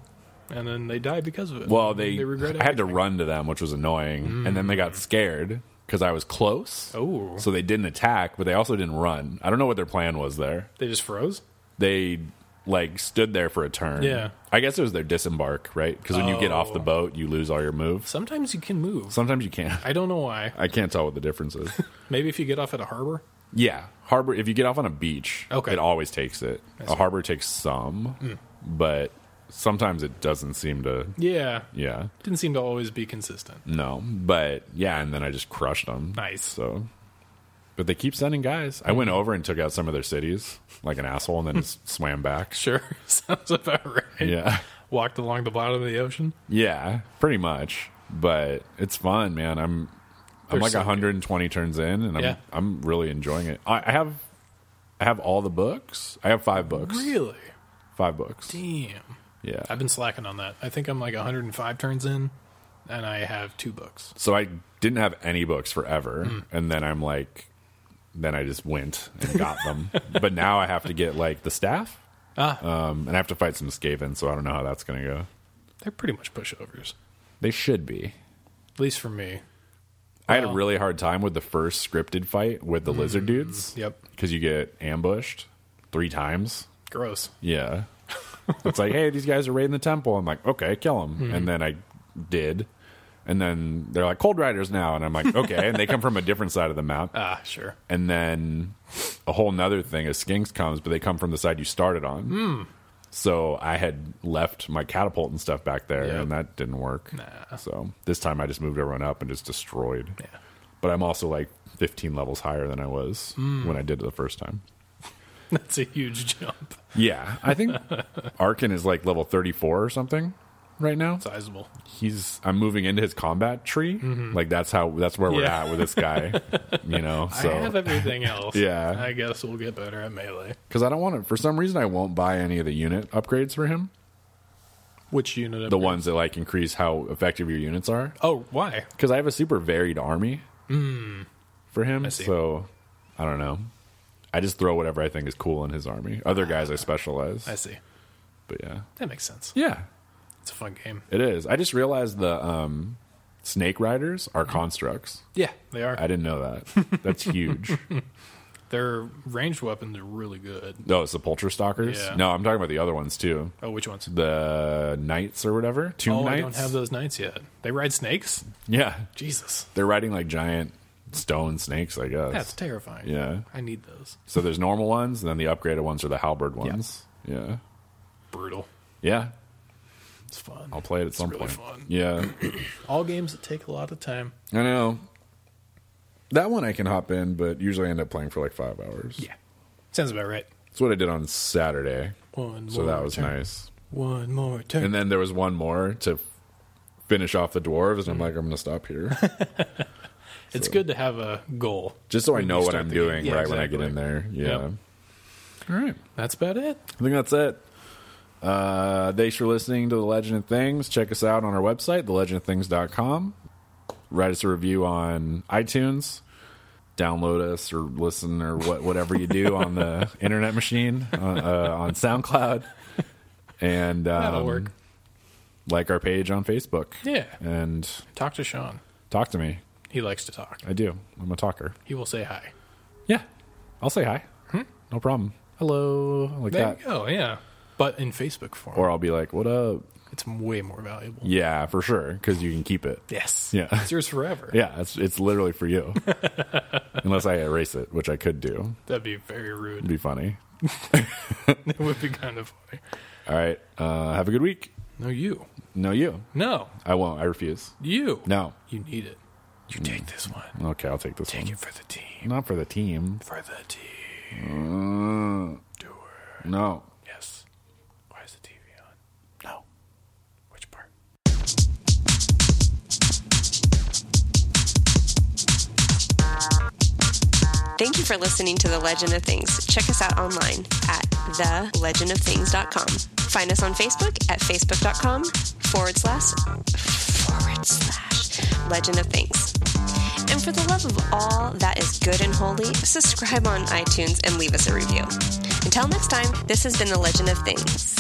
B: and then they die because of it.
A: Well, they,
B: they regret it.
A: I had to run to them, which was annoying, and then they got scared because I was close.
B: Oh.
A: so they didn't attack, but they also didn't run. I don't know what their plan was there.
B: They just froze.
A: They like stood there for a turn.
B: Yeah.
A: I guess it was their disembark, right? Because when you get off the
B: Oh.
A: boat, you lose all your moves.
B: Sometimes you can move.
A: Sometimes you can't.
B: I don't know why.
A: I can't tell what the difference is.
B: Maybe if you get off at a harbor.
A: yeah, harbor. If you get off on a beach,
B: Okay. Hmm.
A: it always takes it. A harbor takes some, but sometimes it doesn't seem to.
B: Yeah.
A: Yeah.
B: Didn't seem to always be consistent.
A: No, but yeah, and then I just crushed them.
B: Nice.
A: So, but they keep sending guys. I went over and took out some of their cities like an asshole, and then just swam back.
B: Sure. Sounds about right.
A: Yeah,
B: Walked along the bottom of the ocean.
A: yeah, pretty much. But it's fun, man. I'm I'm
B: They're
A: like
B: so good.
A: 120 turns in, and I'm
B: Yeah.
A: I'm really enjoying it. I, I have I have all the books. I have five books.
B: Really?
A: Five books.
B: Damn.
A: Yeah.
B: I've been slacking on that. I think I'm like 105 turns in, and I have two books.
A: so I didn't have any books forever, and then I'm like, then I just went and got them. but now I have to get like the staff, um, and I have to fight some Skaven, so I don't know how that's gonna go.
B: They're pretty much pushovers,
A: They should be.
B: at least for me.
A: I had a really hard time with the first scripted fight with the lizard dudes.
B: Yep.
A: because you get ambushed three times.
B: Gross.
A: Yeah, it's like, hey, these guys are raiding the temple. I'm like, okay, kill them, and then I did. And then they're like cold riders now, and I'm like, okay. And they come from a different side of the map.
B: Ah, sure. Hmm.
A: and then a whole nother thing is skinks comes but they come from the side you started on So I had left my catapult and stuff back there,
B: Yep.
A: and that didn't work.
B: Nah.
A: So this time I just moved everyone up and just destroyed.
B: Yeah.
A: But I'm also like 15 levels higher than I was
B: Hmm.
A: when I did it the first time.
B: That's a huge jump.
A: Yeah, I think Arkin is like level 34 or something right now.
B: Sizable.
A: He's I'm moving into his combat tree. Like that's how that's where we're
B: Mm-hmm. Yeah.
A: at with this guy. you know, so
B: I have everything else.
A: Yeah.
B: I guess we'll get better at melee.
A: because I don't want to. For some reason, I won't buy any of the unit upgrades for him.
B: Which unit?
A: The ones that like increase how effective your units are.
B: Oh, why?
A: Because I have a super varied army for him.
B: Hmm. see.
A: so I don't know. I just throw whatever I think is cool in his army. Other guys I specialize.
B: Ah. I see.
A: but yeah,
B: That makes sense.
A: yeah,
B: It's a fun game.
A: it is. I just realized the um, snake riders
B: Hmm.
A: are constructs.
B: Yeah, they are.
A: I didn't know that. That's huge.
B: Their ranged weapons are really good.
A: No, Oh, it's the Poulter Stalkers.
B: Yeah.
A: No, I'm talking about the other ones too.
B: Oh, which ones?
A: The Knights or whatever. Tomb
B: Oh,
A: Knights.
B: I don't have those knights yet. They ride snakes.
A: Yeah.
B: Jesus,
A: They're riding like giant stone snakes, I guess.
B: that's terrifying.
A: yeah.
B: I need those.
A: So there's normal ones, and then the upgraded ones are the halberd ones. Yeah.
B: Brutal.
A: Yeah.
B: It's fun.
A: I'll play it at some
B: really
A: point.
B: fun.
A: Yeah.
B: All games that take a lot of time.
A: I know. That one I can hop in, but usually I end up playing for like five hours.
B: sounds about right.
A: That's what I did on Saturday.
B: One more.
A: So that was
B: turn.
A: nice.
B: One more turn.
A: And then there was one more to finish off the dwarves, and
B: Mm.
A: I'm like, I'm going to stop here.
B: it's good to have a goal.
A: Just so I
B: When
A: know
B: you
A: what
B: start
A: I'm
B: the game.
A: doing
B: Yeah,
A: right when I get
B: exactly.
A: in there. Yeah.
B: Yep.
A: All right.
B: That's about it.
A: I think that's it. Uh, thanks for listening to The Legend of Things. Check us out on our website, thelegendofthings.com. Write us a review on iTunes. Download us or listen or what, whatever you do on the internet machine uh, uh, on SoundCloud. And um,
B: That'll work.
A: like our page on Facebook.
B: Yeah.
A: And
B: Talk to Sean.
A: talk to me.
B: He likes to talk.
A: I do. I'm a talker.
B: He will say hi.
A: Yeah. I'll say hi. No problem. Hello. Like
B: Hmm? There
A: that.
B: you go. Yeah, but in Facebook form,
A: Or I'll be like, what up?
B: it's way more valuable.
A: Yeah, for sure. Because you can keep it.
B: Yes.
A: Yeah.
B: It's yours forever.
A: Yeah, it's it's literally for you. Unless I erase it, which I could do.
B: That'd be very
A: It'd
B: rude.
A: be funny.
B: it would be kind of funny.
A: All right. Uh, have a good week.
B: No, you.
A: No, you.
B: No,
A: I won't. I refuse.
B: you.
A: No.
B: You need it. You take this one.
A: Okay, I'll take this
B: Take
A: one.
B: it for the team.
A: Not for the team.
B: For the team.
A: Mm,
B: Do it.
A: no.
B: Yes. Why is the TV on? No. Which part?
C: Thank you for listening to The Legend of Things. Check us out online at thelegendofthings.com. Find us on Facebook at facebook.com forward slash forward slash legend of things. And for the love of all that is good and holy, subscribe on iTunes and leave us a review. Until next time, this has been The Legend of Things.